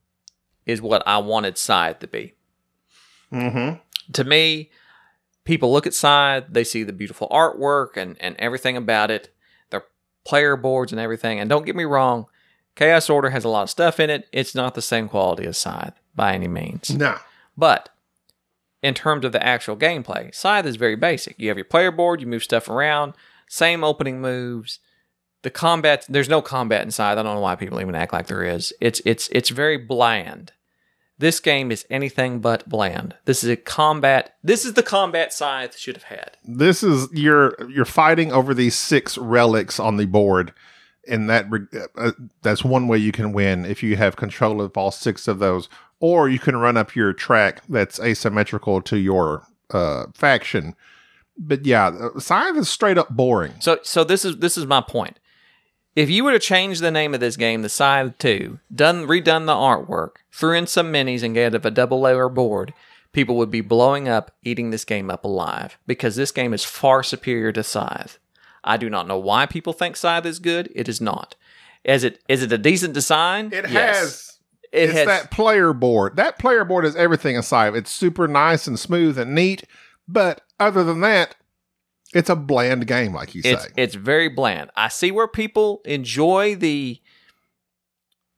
[SPEAKER 2] is what I wanted Scythe to be
[SPEAKER 1] Mm-hmm.
[SPEAKER 2] to me, people look at Scythe, they see the beautiful artwork and, and everything about it, their player boards and everything. And don't get me wrong, Chaos Order has a lot of stuff in it. It's not the same quality as Scythe by any means.
[SPEAKER 1] No,
[SPEAKER 2] But in terms of the actual gameplay, Scythe is very basic. You have your player board, you move stuff around, same opening moves. The combat, there's no combat in Scythe. I don't know why people even act like there is. It's it's it's very bland. This game is anything but bland. This is a combat. This is the combat Scythe should have had.
[SPEAKER 1] this is you're you're fighting over these six relics on the board and that re- uh, that's one way you can win if you have control of all six of those or you can run up your track that's asymmetrical to your uh faction but yeah uh, scythe is straight up boring
[SPEAKER 2] So so this is this is my point. If you were to change the name of this game to Scythe 2, done redone the artwork, threw in some minis and gave it a double layer board, people would be blowing up, eating this game up alive. Because this game is far superior to Scythe. I do not know why people think Scythe is good. It is not. Is it is it a decent design?
[SPEAKER 1] It
[SPEAKER 2] Yes.
[SPEAKER 1] has
[SPEAKER 2] It
[SPEAKER 1] it's
[SPEAKER 2] has.
[SPEAKER 1] that player board. That player board is everything aside. It's super nice and smooth and neat. But other than that, it's a bland game, like you
[SPEAKER 2] it's
[SPEAKER 1] say.
[SPEAKER 2] it's very bland. I see where people enjoy the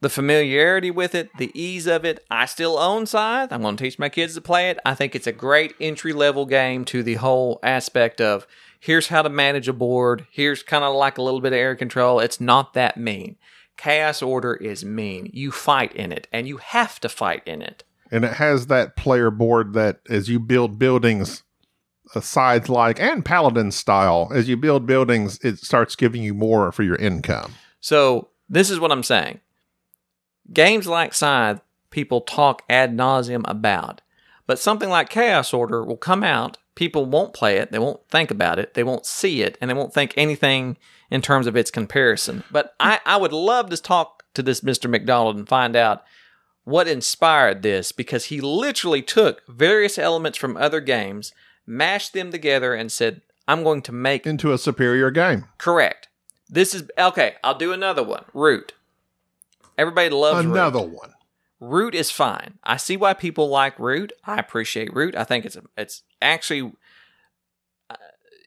[SPEAKER 2] the familiarity with it, the ease of it. I still own Scythe. I'm going to teach my kids to play it. I think it's a great entry level game to the whole aspect of here's how to manage a board. Here's kind of like a little bit of air control. It's not that mean. Chaos Order is mean. You fight in it, and you have to fight in it.
[SPEAKER 1] and it has that player board that as you build buildings, uh, sides like and paladin style, as you build buildings, it starts giving you more for your income.
[SPEAKER 2] So this is what I'm saying. Games like Scythe, people talk ad nauseum about, but something like Chaos Order will come out. People won't play it. They won't think about it. They won't see it, and they won't think anything in terms of its comparison. But I, I would love to talk to this Mr. McDonald and find out what inspired this because he literally took various elements from other games, mashed them together, and said, "I'm going to make
[SPEAKER 1] Into a superior game.
[SPEAKER 2] Correct. This is okay. I'll do another one. Root. Everybody loves
[SPEAKER 1] Another
[SPEAKER 2] Root.
[SPEAKER 1] one.
[SPEAKER 2] Root is fine. I see why people like Root. I appreciate Root. I think it's it's actually uh,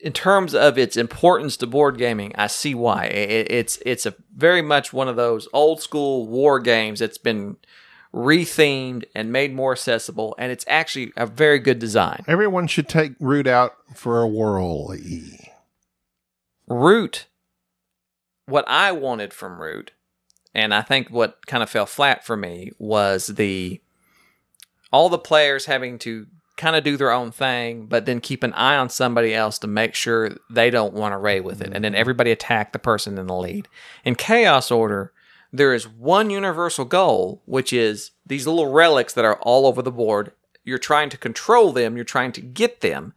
[SPEAKER 2] in terms of its importance to board gaming. I see why I- I- it's it's a very much one of those old school war games that's been rethemed and made more accessible, and it's actually a very good design.
[SPEAKER 1] Everyone should take root out for a whirly.
[SPEAKER 2] Root, what I wanted from Root, and I think what kind of fell flat for me was the all the players having to kind of do their own thing, but then keep an eye on somebody else to make sure they don't run away with it, and then everybody attack the person in the lead. In Chaos Order, there is one universal goal, which is these little relics that are all over the board. You're trying to control them, you're trying to get them,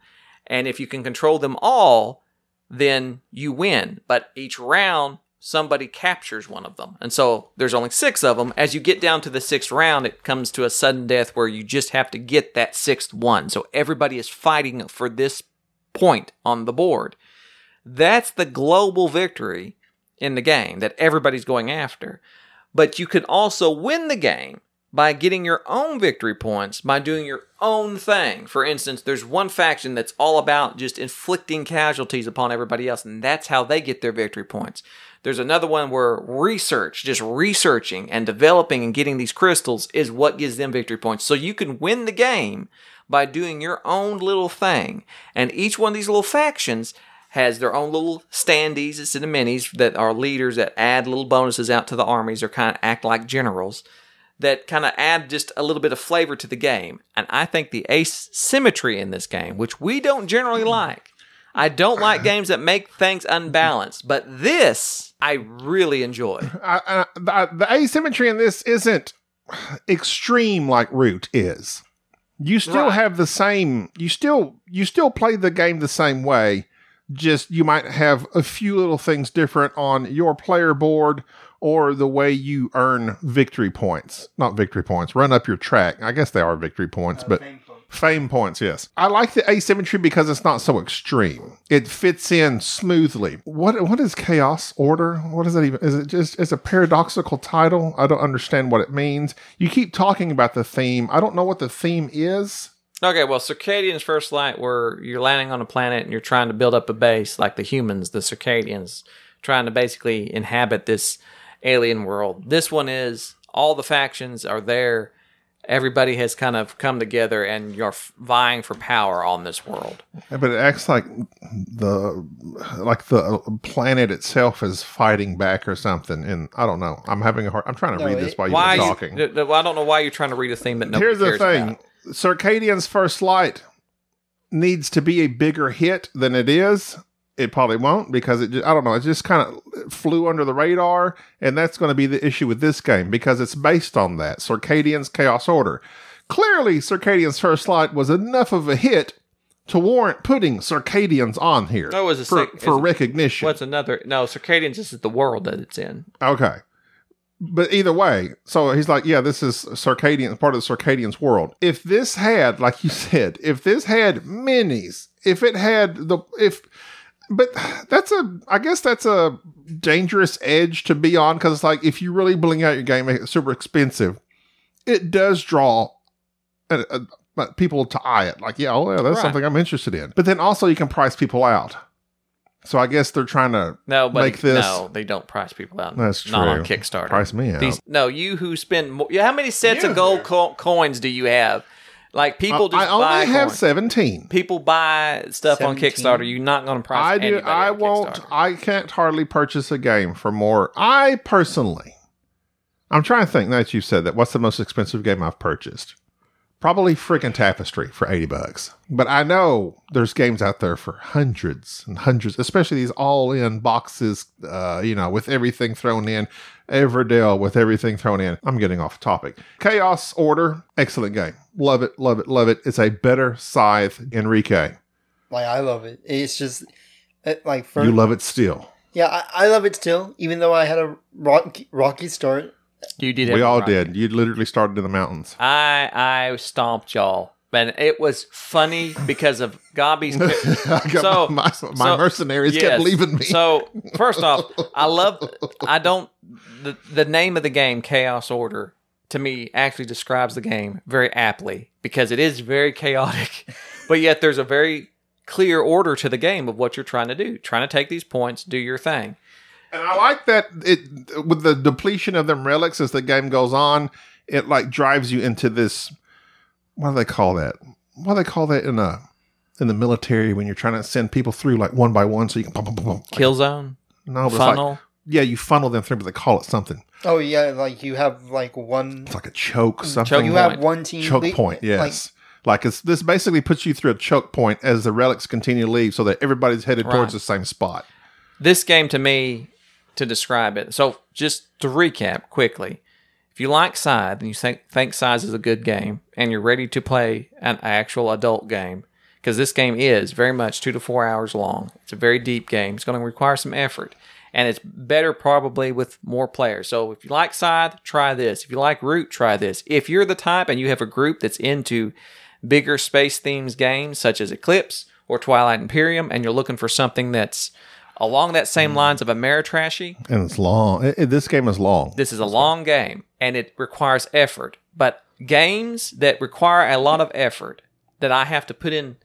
[SPEAKER 2] and if you can control them all, then you win. But each round, somebody captures one of them. And so there's only six of them. As you get down to the sixth round, it comes to a sudden death where you just have to get that sixth one. So everybody is fighting for this point on the board. That's the global victory in the game that everybody's going after. But you can also win the game by getting your own victory points by doing your own thing. For instance, there's one faction that's all about just inflicting casualties upon everybody else, and that's how they get their victory points. There's another one where research, just researching and developing and getting these crystals is what gives them victory points. So you can win the game by doing your own little thing. And each one of these little factions has their own little standees, it's in the minis that are leaders that add little bonuses out to the armies or kind of act like generals that kind of add just a little bit of flavor to the game. And I think the asymmetry in this game, which we don't generally like, I don't like games that make things unbalanced, but this I really enjoy.
[SPEAKER 1] I, I, the, I- the asymmetry in this isn't extreme like root is you still
[SPEAKER 2] Right.
[SPEAKER 1] have the same you still you still play the game the same way just you might have a few little things different on your player board or the way you earn victory points not victory points run up your track i guess they are victory points but Fame points, yes. I like the asymmetry because it's not so extreme. It fits in smoothly. What what is chaos order? What is that even? Is it just it's a paradoxical title? I don't understand what it means. You keep talking about the theme. I don't know what the theme is.
[SPEAKER 2] Okay, well, circadians first light where you're landing on a planet and you're trying to build up a base, like the humans, the circadians, trying to basically inhabit this alien world. This one is all the factions are there. Everybody has kind of come together and you're f- vying for power on this world.
[SPEAKER 1] But it acts like the like the planet itself is fighting back or something. And I don't know. I'm having a hard. I'm trying to
[SPEAKER 3] No,
[SPEAKER 1] read this
[SPEAKER 3] it-
[SPEAKER 1] while
[SPEAKER 2] Why?
[SPEAKER 1] you're
[SPEAKER 2] you-
[SPEAKER 1] talking.
[SPEAKER 2] th- th- I don't know why you're trying to read a theme that nobody
[SPEAKER 1] Here's the
[SPEAKER 2] cares
[SPEAKER 1] thing:
[SPEAKER 2] about.
[SPEAKER 1] Circadian's first light needs to be a bigger hit than it is. It probably won't because it. ju- I don't know. It just kind of flew under the radar, and that's going to be the issue with this game because it's based on that Circadian's Chaos Order. Clearly, Circadian's first light was enough of a hit to warrant putting Circadians on here
[SPEAKER 2] That was a
[SPEAKER 1] for,
[SPEAKER 2] sec- is
[SPEAKER 1] for
[SPEAKER 2] it-
[SPEAKER 1] recognition.
[SPEAKER 2] What's another? No, circadians is the world that it's in.
[SPEAKER 1] Okay. But either way, so he's like, yeah, this is circadian part of the circadian's world. If this had, like you said, if this had minis, if it had the if but that's a i guess that's a dangerous edge to be on because like if you really bling out your game make it super expensive it does draw uh, uh, uh, people to eye it like yeah oh yeah, that's
[SPEAKER 2] Right.
[SPEAKER 1] something i'm interested in but then also you can price people out so i guess they're trying to
[SPEAKER 2] No, but
[SPEAKER 1] Make this-
[SPEAKER 2] no, they don't price people out.
[SPEAKER 1] That's
[SPEAKER 2] Not on
[SPEAKER 1] true.
[SPEAKER 2] Kickstarter.
[SPEAKER 1] price me out
[SPEAKER 2] These no, you who spend more. Yeah, how many sets
[SPEAKER 3] You.
[SPEAKER 2] of gold co- coins do you have? Like people
[SPEAKER 1] I,
[SPEAKER 2] just
[SPEAKER 1] I only
[SPEAKER 2] buy
[SPEAKER 1] have
[SPEAKER 2] coins.
[SPEAKER 1] 17
[SPEAKER 2] people buy stuff on
[SPEAKER 3] 17.
[SPEAKER 2] Kickstarter. You're not going to price.
[SPEAKER 1] i do
[SPEAKER 2] anybody
[SPEAKER 1] i
[SPEAKER 2] on
[SPEAKER 1] won't
[SPEAKER 2] Kickstarter.
[SPEAKER 1] i can't hardly purchase a game for more i personally i'm trying to think now that you've said that what's the most expensive game i've purchased probably freaking tapestry for 80 bucks but i know there's games out there for hundreds and hundreds especially these all-in boxes uh, you know with everything thrown in everdell with everything thrown in i'm getting off topic chaos order excellent game love it love it love it it's a better scythe enrique
[SPEAKER 3] Like I love it. It's just it, like for
[SPEAKER 1] you love it still
[SPEAKER 3] yeah, I, I love it still. Even though I had a rocky, rocky start,
[SPEAKER 2] You did.
[SPEAKER 1] we
[SPEAKER 2] have
[SPEAKER 1] all
[SPEAKER 2] it right.
[SPEAKER 1] did. You literally started in the mountains.
[SPEAKER 2] I I stomped y'all, and it was funny because of Gobby's.
[SPEAKER 1] I got
[SPEAKER 2] So-
[SPEAKER 1] my, my
[SPEAKER 2] so-
[SPEAKER 1] mercenaries kept
[SPEAKER 2] Yes.
[SPEAKER 1] leaving me.
[SPEAKER 2] So first off, I love. I don't. The, the name of the game, Chaos Order, to me actually describes the game very aptly because it is very chaotic, but yet there's a very clear order to the game of what you're trying to do. Trying to take these points, do your thing.
[SPEAKER 1] and I like that it with the depletion of them relics as the game goes on, it like drives you into this what do they call that? What do they call that in a in the military when you're trying to send people through like one by one so you can pum, pum, pum, pum.
[SPEAKER 2] Kill zone,
[SPEAKER 1] no, but it's like-
[SPEAKER 2] funnel.
[SPEAKER 1] yeah, you funnel them through, but they call it something.
[SPEAKER 3] oh yeah, like you have like one,
[SPEAKER 1] It's like a choke something.
[SPEAKER 2] Choke
[SPEAKER 3] you
[SPEAKER 2] point.
[SPEAKER 3] have one team
[SPEAKER 1] choke
[SPEAKER 3] lead-
[SPEAKER 1] point yes like, it's this basically puts you through a choke point as the relics continue to leave so that everybody's headed
[SPEAKER 2] Right.
[SPEAKER 1] towards the same spot
[SPEAKER 2] this game to me to describe it. So just to recap quickly, if you like Scythe and you think think Scythe is a good game and you're ready to play an actual adult game, because this game is very much two to four hours long. It's a very deep game. It's going to require some effort. And it's better probably with more players. So if you like Scythe, try this. If you like Root, try this. If you're the type and you have a group that's into bigger space themes games such as Eclipse or Twilight Imperium, and you're looking for something that's along that same lines of Ameritrashy,
[SPEAKER 1] and it's long It- it- this game is long
[SPEAKER 2] this is a long game and it requires effort. But games that require a lot of effort that I have to put in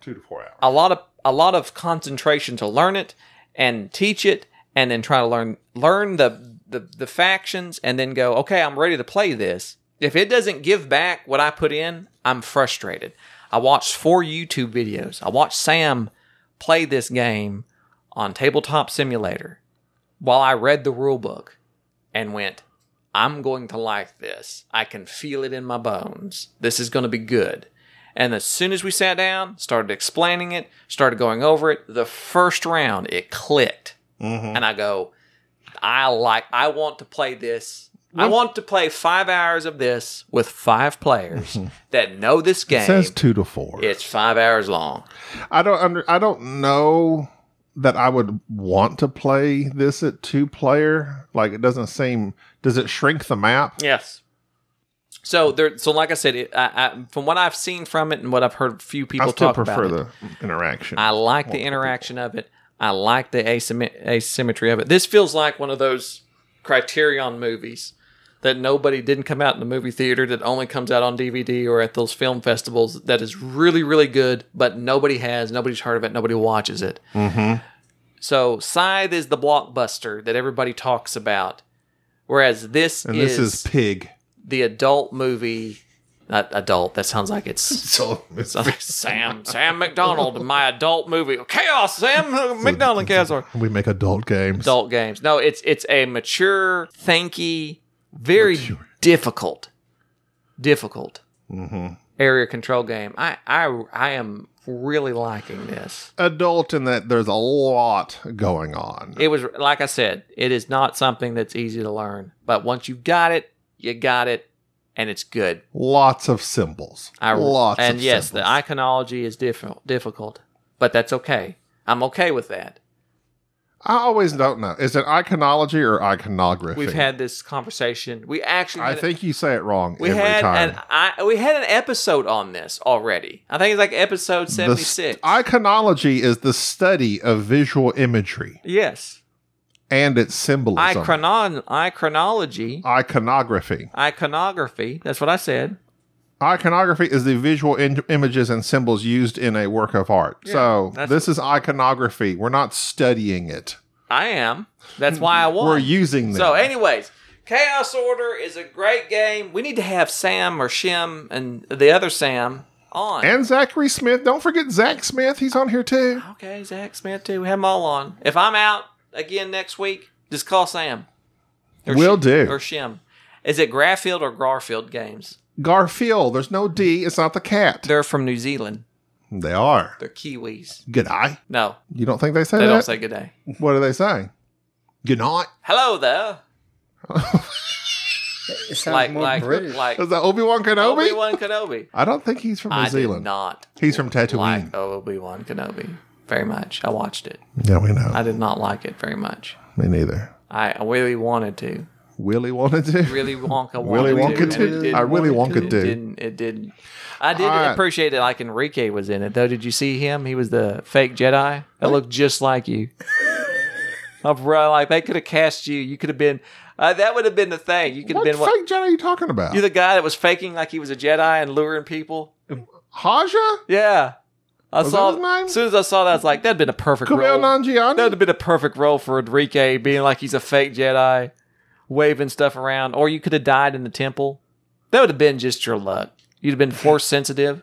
[SPEAKER 1] two to four hours
[SPEAKER 2] a lot of a lot of concentration to learn it and teach it and then try to learn learn the the, the factions and then go okay i'm ready to play this if it doesn't give back what i put in i'm frustrated i watched four youtube videos i watched sam play this game on tabletop simulator while i read the rule book and went i'm going to like this i can feel it in my bones this is going to be good and as soon as we sat down, started explaining it, started going over it, the first round it clicked.
[SPEAKER 1] Mm-hmm.
[SPEAKER 2] And I go, I like, I want to play this. I want to play five hours of this with five players that know this game.
[SPEAKER 1] it says two to four
[SPEAKER 2] it's five hours long.
[SPEAKER 1] i don't under i don't know that i would want to play this at two player like it doesn't seem does it shrink the map
[SPEAKER 2] Yes. So there, so like I said, it, I, I, from what I've seen from it and what I've heard few people
[SPEAKER 1] i still
[SPEAKER 2] talk about,
[SPEAKER 1] prefer
[SPEAKER 2] it,
[SPEAKER 1] the interaction
[SPEAKER 2] I like the interaction of it. I like the asymm- asymmetry of it. This feels like one of those Criterion movies that nobody didn't come out in the movie theater that only comes out on DVD or at those film festivals that is really really good but nobody has nobody's heard of it nobody watches it. Mm-hmm. So Scythe is the blockbuster that everybody talks about, whereas this
[SPEAKER 1] and
[SPEAKER 2] is
[SPEAKER 1] this is pig
[SPEAKER 2] the adult movie. Not adult. That sounds like it's
[SPEAKER 1] so it's
[SPEAKER 2] so, Sam, Sam McDonald, my adult movie, Chaos, Sam McDonald, Chaos, or
[SPEAKER 1] we make adult games
[SPEAKER 2] adult games. No, it's it's a mature, thanky, very difficult, difficult area control game. I I I am really liking this.
[SPEAKER 1] adult in that there's a lot going on
[SPEAKER 2] It was like I said, it is not something that's easy to learn, but once you've got it, you got it, and it's good.
[SPEAKER 1] lots of symbols.
[SPEAKER 2] I,
[SPEAKER 1] lots
[SPEAKER 2] and
[SPEAKER 1] of
[SPEAKER 2] yes,
[SPEAKER 1] symbols.
[SPEAKER 2] the iconology is diff- difficult, but that's okay. I'm okay with that.
[SPEAKER 1] I always don't know. Is it iconology or iconography?
[SPEAKER 2] We've had this conversation. We actually
[SPEAKER 1] I
[SPEAKER 2] had a-
[SPEAKER 1] think you say it wrong
[SPEAKER 2] we
[SPEAKER 1] every
[SPEAKER 2] had
[SPEAKER 1] time.
[SPEAKER 2] an I, we had an episode on this already. I think it's like episode
[SPEAKER 1] The
[SPEAKER 2] seventy
[SPEAKER 1] st-
[SPEAKER 2] six.
[SPEAKER 1] iconology is the study of visual imagery
[SPEAKER 2] yes,
[SPEAKER 1] and its symbolism.
[SPEAKER 2] iconon iconology
[SPEAKER 1] iconography.
[SPEAKER 2] iconography. That's what I said.
[SPEAKER 1] Iconography is the visual in- images and symbols used in a work of art. so
[SPEAKER 2] that's-
[SPEAKER 1] this is iconography. We're not studying it.
[SPEAKER 2] I am. That's why I won.
[SPEAKER 1] We're using them.
[SPEAKER 2] So, anyways, Chaos Order is a great game. We need to have Sam or Shim and the other Sam on.
[SPEAKER 1] and Zachary Smith. Don't forget Zach Smith. He's on here too.
[SPEAKER 2] okay, Zach Smith too. We have them all on. If I'm out again next week, just call Sam.
[SPEAKER 1] Will do.
[SPEAKER 2] Or Shim. Is it Graffield or Garfield games?
[SPEAKER 1] Garfield. There's no D. It's not the cat.
[SPEAKER 2] They're from New Zealand.
[SPEAKER 1] They are.
[SPEAKER 2] They're Kiwis.
[SPEAKER 1] Good eye.
[SPEAKER 2] No,
[SPEAKER 1] You don't think they say
[SPEAKER 2] they
[SPEAKER 1] that?
[SPEAKER 2] don't say good day.
[SPEAKER 1] what do they say? Good night.
[SPEAKER 2] Hello there.
[SPEAKER 3] It sounds
[SPEAKER 2] Like,
[SPEAKER 3] more
[SPEAKER 2] like,
[SPEAKER 3] British.
[SPEAKER 2] like
[SPEAKER 1] Is that Obi Wan Kenobi?
[SPEAKER 2] Obi Wan Kenobi.
[SPEAKER 1] I don't think he's from New
[SPEAKER 2] I did
[SPEAKER 1] Zealand.
[SPEAKER 2] not
[SPEAKER 1] He's from Tatooine.
[SPEAKER 2] like Obi Wan Kenobi very much. I watched it.
[SPEAKER 1] yeah, we know.
[SPEAKER 2] I did not like it very much.
[SPEAKER 1] Me neither.
[SPEAKER 2] I I really wanted to.
[SPEAKER 1] Willy wanted to.
[SPEAKER 2] Really Wonka wanted
[SPEAKER 1] Willy
[SPEAKER 2] to.
[SPEAKER 1] Wonka
[SPEAKER 2] and it
[SPEAKER 1] too.
[SPEAKER 2] didn't-
[SPEAKER 1] I really Wonka
[SPEAKER 2] it
[SPEAKER 1] too.
[SPEAKER 2] Didn't, it didn't. I did
[SPEAKER 1] All right.
[SPEAKER 2] appreciate that like Enrique was in it though. Did you see him? He was the fake Jedi. That looked just like you. I'm bro, like they could have cast you. You could have been. Uh, that would have been the thing. You could have
[SPEAKER 1] What
[SPEAKER 2] been
[SPEAKER 1] fake
[SPEAKER 2] what.
[SPEAKER 1] Jedi are you talking about?
[SPEAKER 2] You the guy that was faking like he was a Jedi and luring people.
[SPEAKER 1] Haja?
[SPEAKER 2] Yeah, I
[SPEAKER 1] Was that
[SPEAKER 2] saw.
[SPEAKER 1] his name?
[SPEAKER 2] As soon as I saw that, I was like, "That'd been a perfect
[SPEAKER 1] Kumail
[SPEAKER 2] role." That would
[SPEAKER 1] Nanjiani?
[SPEAKER 2] have been a perfect role for Enrique, being like he's a fake Jedi, waving stuff around. Or you could have died in the temple. That would have been just your luck. You'd have been force sensitive,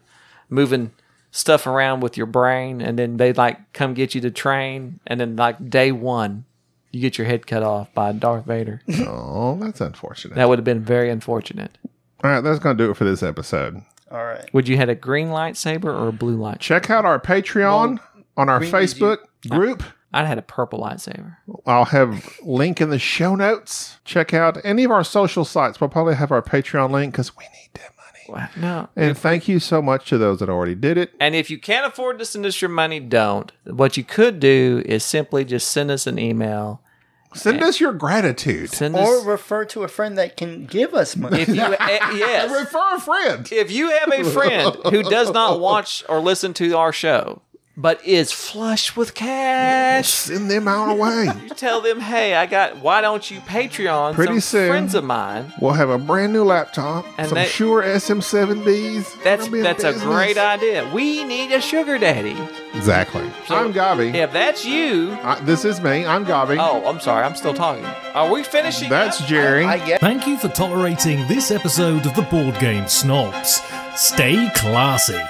[SPEAKER 2] moving stuff around with your brain, and then they like come get you to train, and then like day one, you get your head cut off by Darth Vader.
[SPEAKER 1] Oh, that's unfortunate.
[SPEAKER 2] that would have been very unfortunate.
[SPEAKER 1] All right, that's going to do it for this episode.
[SPEAKER 3] All right.
[SPEAKER 2] Would you had a green lightsaber or a blue lightsaber?
[SPEAKER 1] Check out our Patreon on our
[SPEAKER 3] Green Lady-
[SPEAKER 1] Facebook group.
[SPEAKER 2] I'd had a purple lightsaber.
[SPEAKER 1] I'll have link in the show notes. Check out any of our social sites. We'll probably have our Patreon link because we need that money.
[SPEAKER 2] Wow, No,
[SPEAKER 1] And thank you so much to those that already did it.
[SPEAKER 2] And if you can't afford to send us your money, don't. What you could do is simply just send us an email.
[SPEAKER 1] Send us your gratitude.
[SPEAKER 2] Send
[SPEAKER 3] Or
[SPEAKER 2] us
[SPEAKER 3] refer to a friend that can give us money.
[SPEAKER 2] if you eh,
[SPEAKER 1] And
[SPEAKER 2] yes.
[SPEAKER 1] refer a friend.
[SPEAKER 2] If you have a friend who does not watch or listen to our show, but is flush with cash,
[SPEAKER 1] Send them our way.
[SPEAKER 2] you tell them, "Hey, I got. Why don't you Patreon
[SPEAKER 1] Pretty
[SPEAKER 2] some
[SPEAKER 1] soon.
[SPEAKER 2] friends of mine?"
[SPEAKER 1] We'll have a brand new laptop,
[SPEAKER 2] And
[SPEAKER 1] some
[SPEAKER 2] they-
[SPEAKER 1] Sure SM7Bs. We're
[SPEAKER 2] That's
[SPEAKER 1] gonna be in
[SPEAKER 2] that's a
[SPEAKER 1] business.
[SPEAKER 2] great idea. We need a sugar daddy.
[SPEAKER 1] Exactly.
[SPEAKER 2] So-
[SPEAKER 1] I'm Gabi.
[SPEAKER 2] If that's you,
[SPEAKER 1] I- this is me. I'm Gabi.
[SPEAKER 2] oh, I'm sorry, I'm still talking. Are we finishing?
[SPEAKER 1] That's
[SPEAKER 2] up?
[SPEAKER 1] Jerry.
[SPEAKER 3] I get
[SPEAKER 4] Thank you for tolerating this episode of the Board Game Snobs. Stay classy.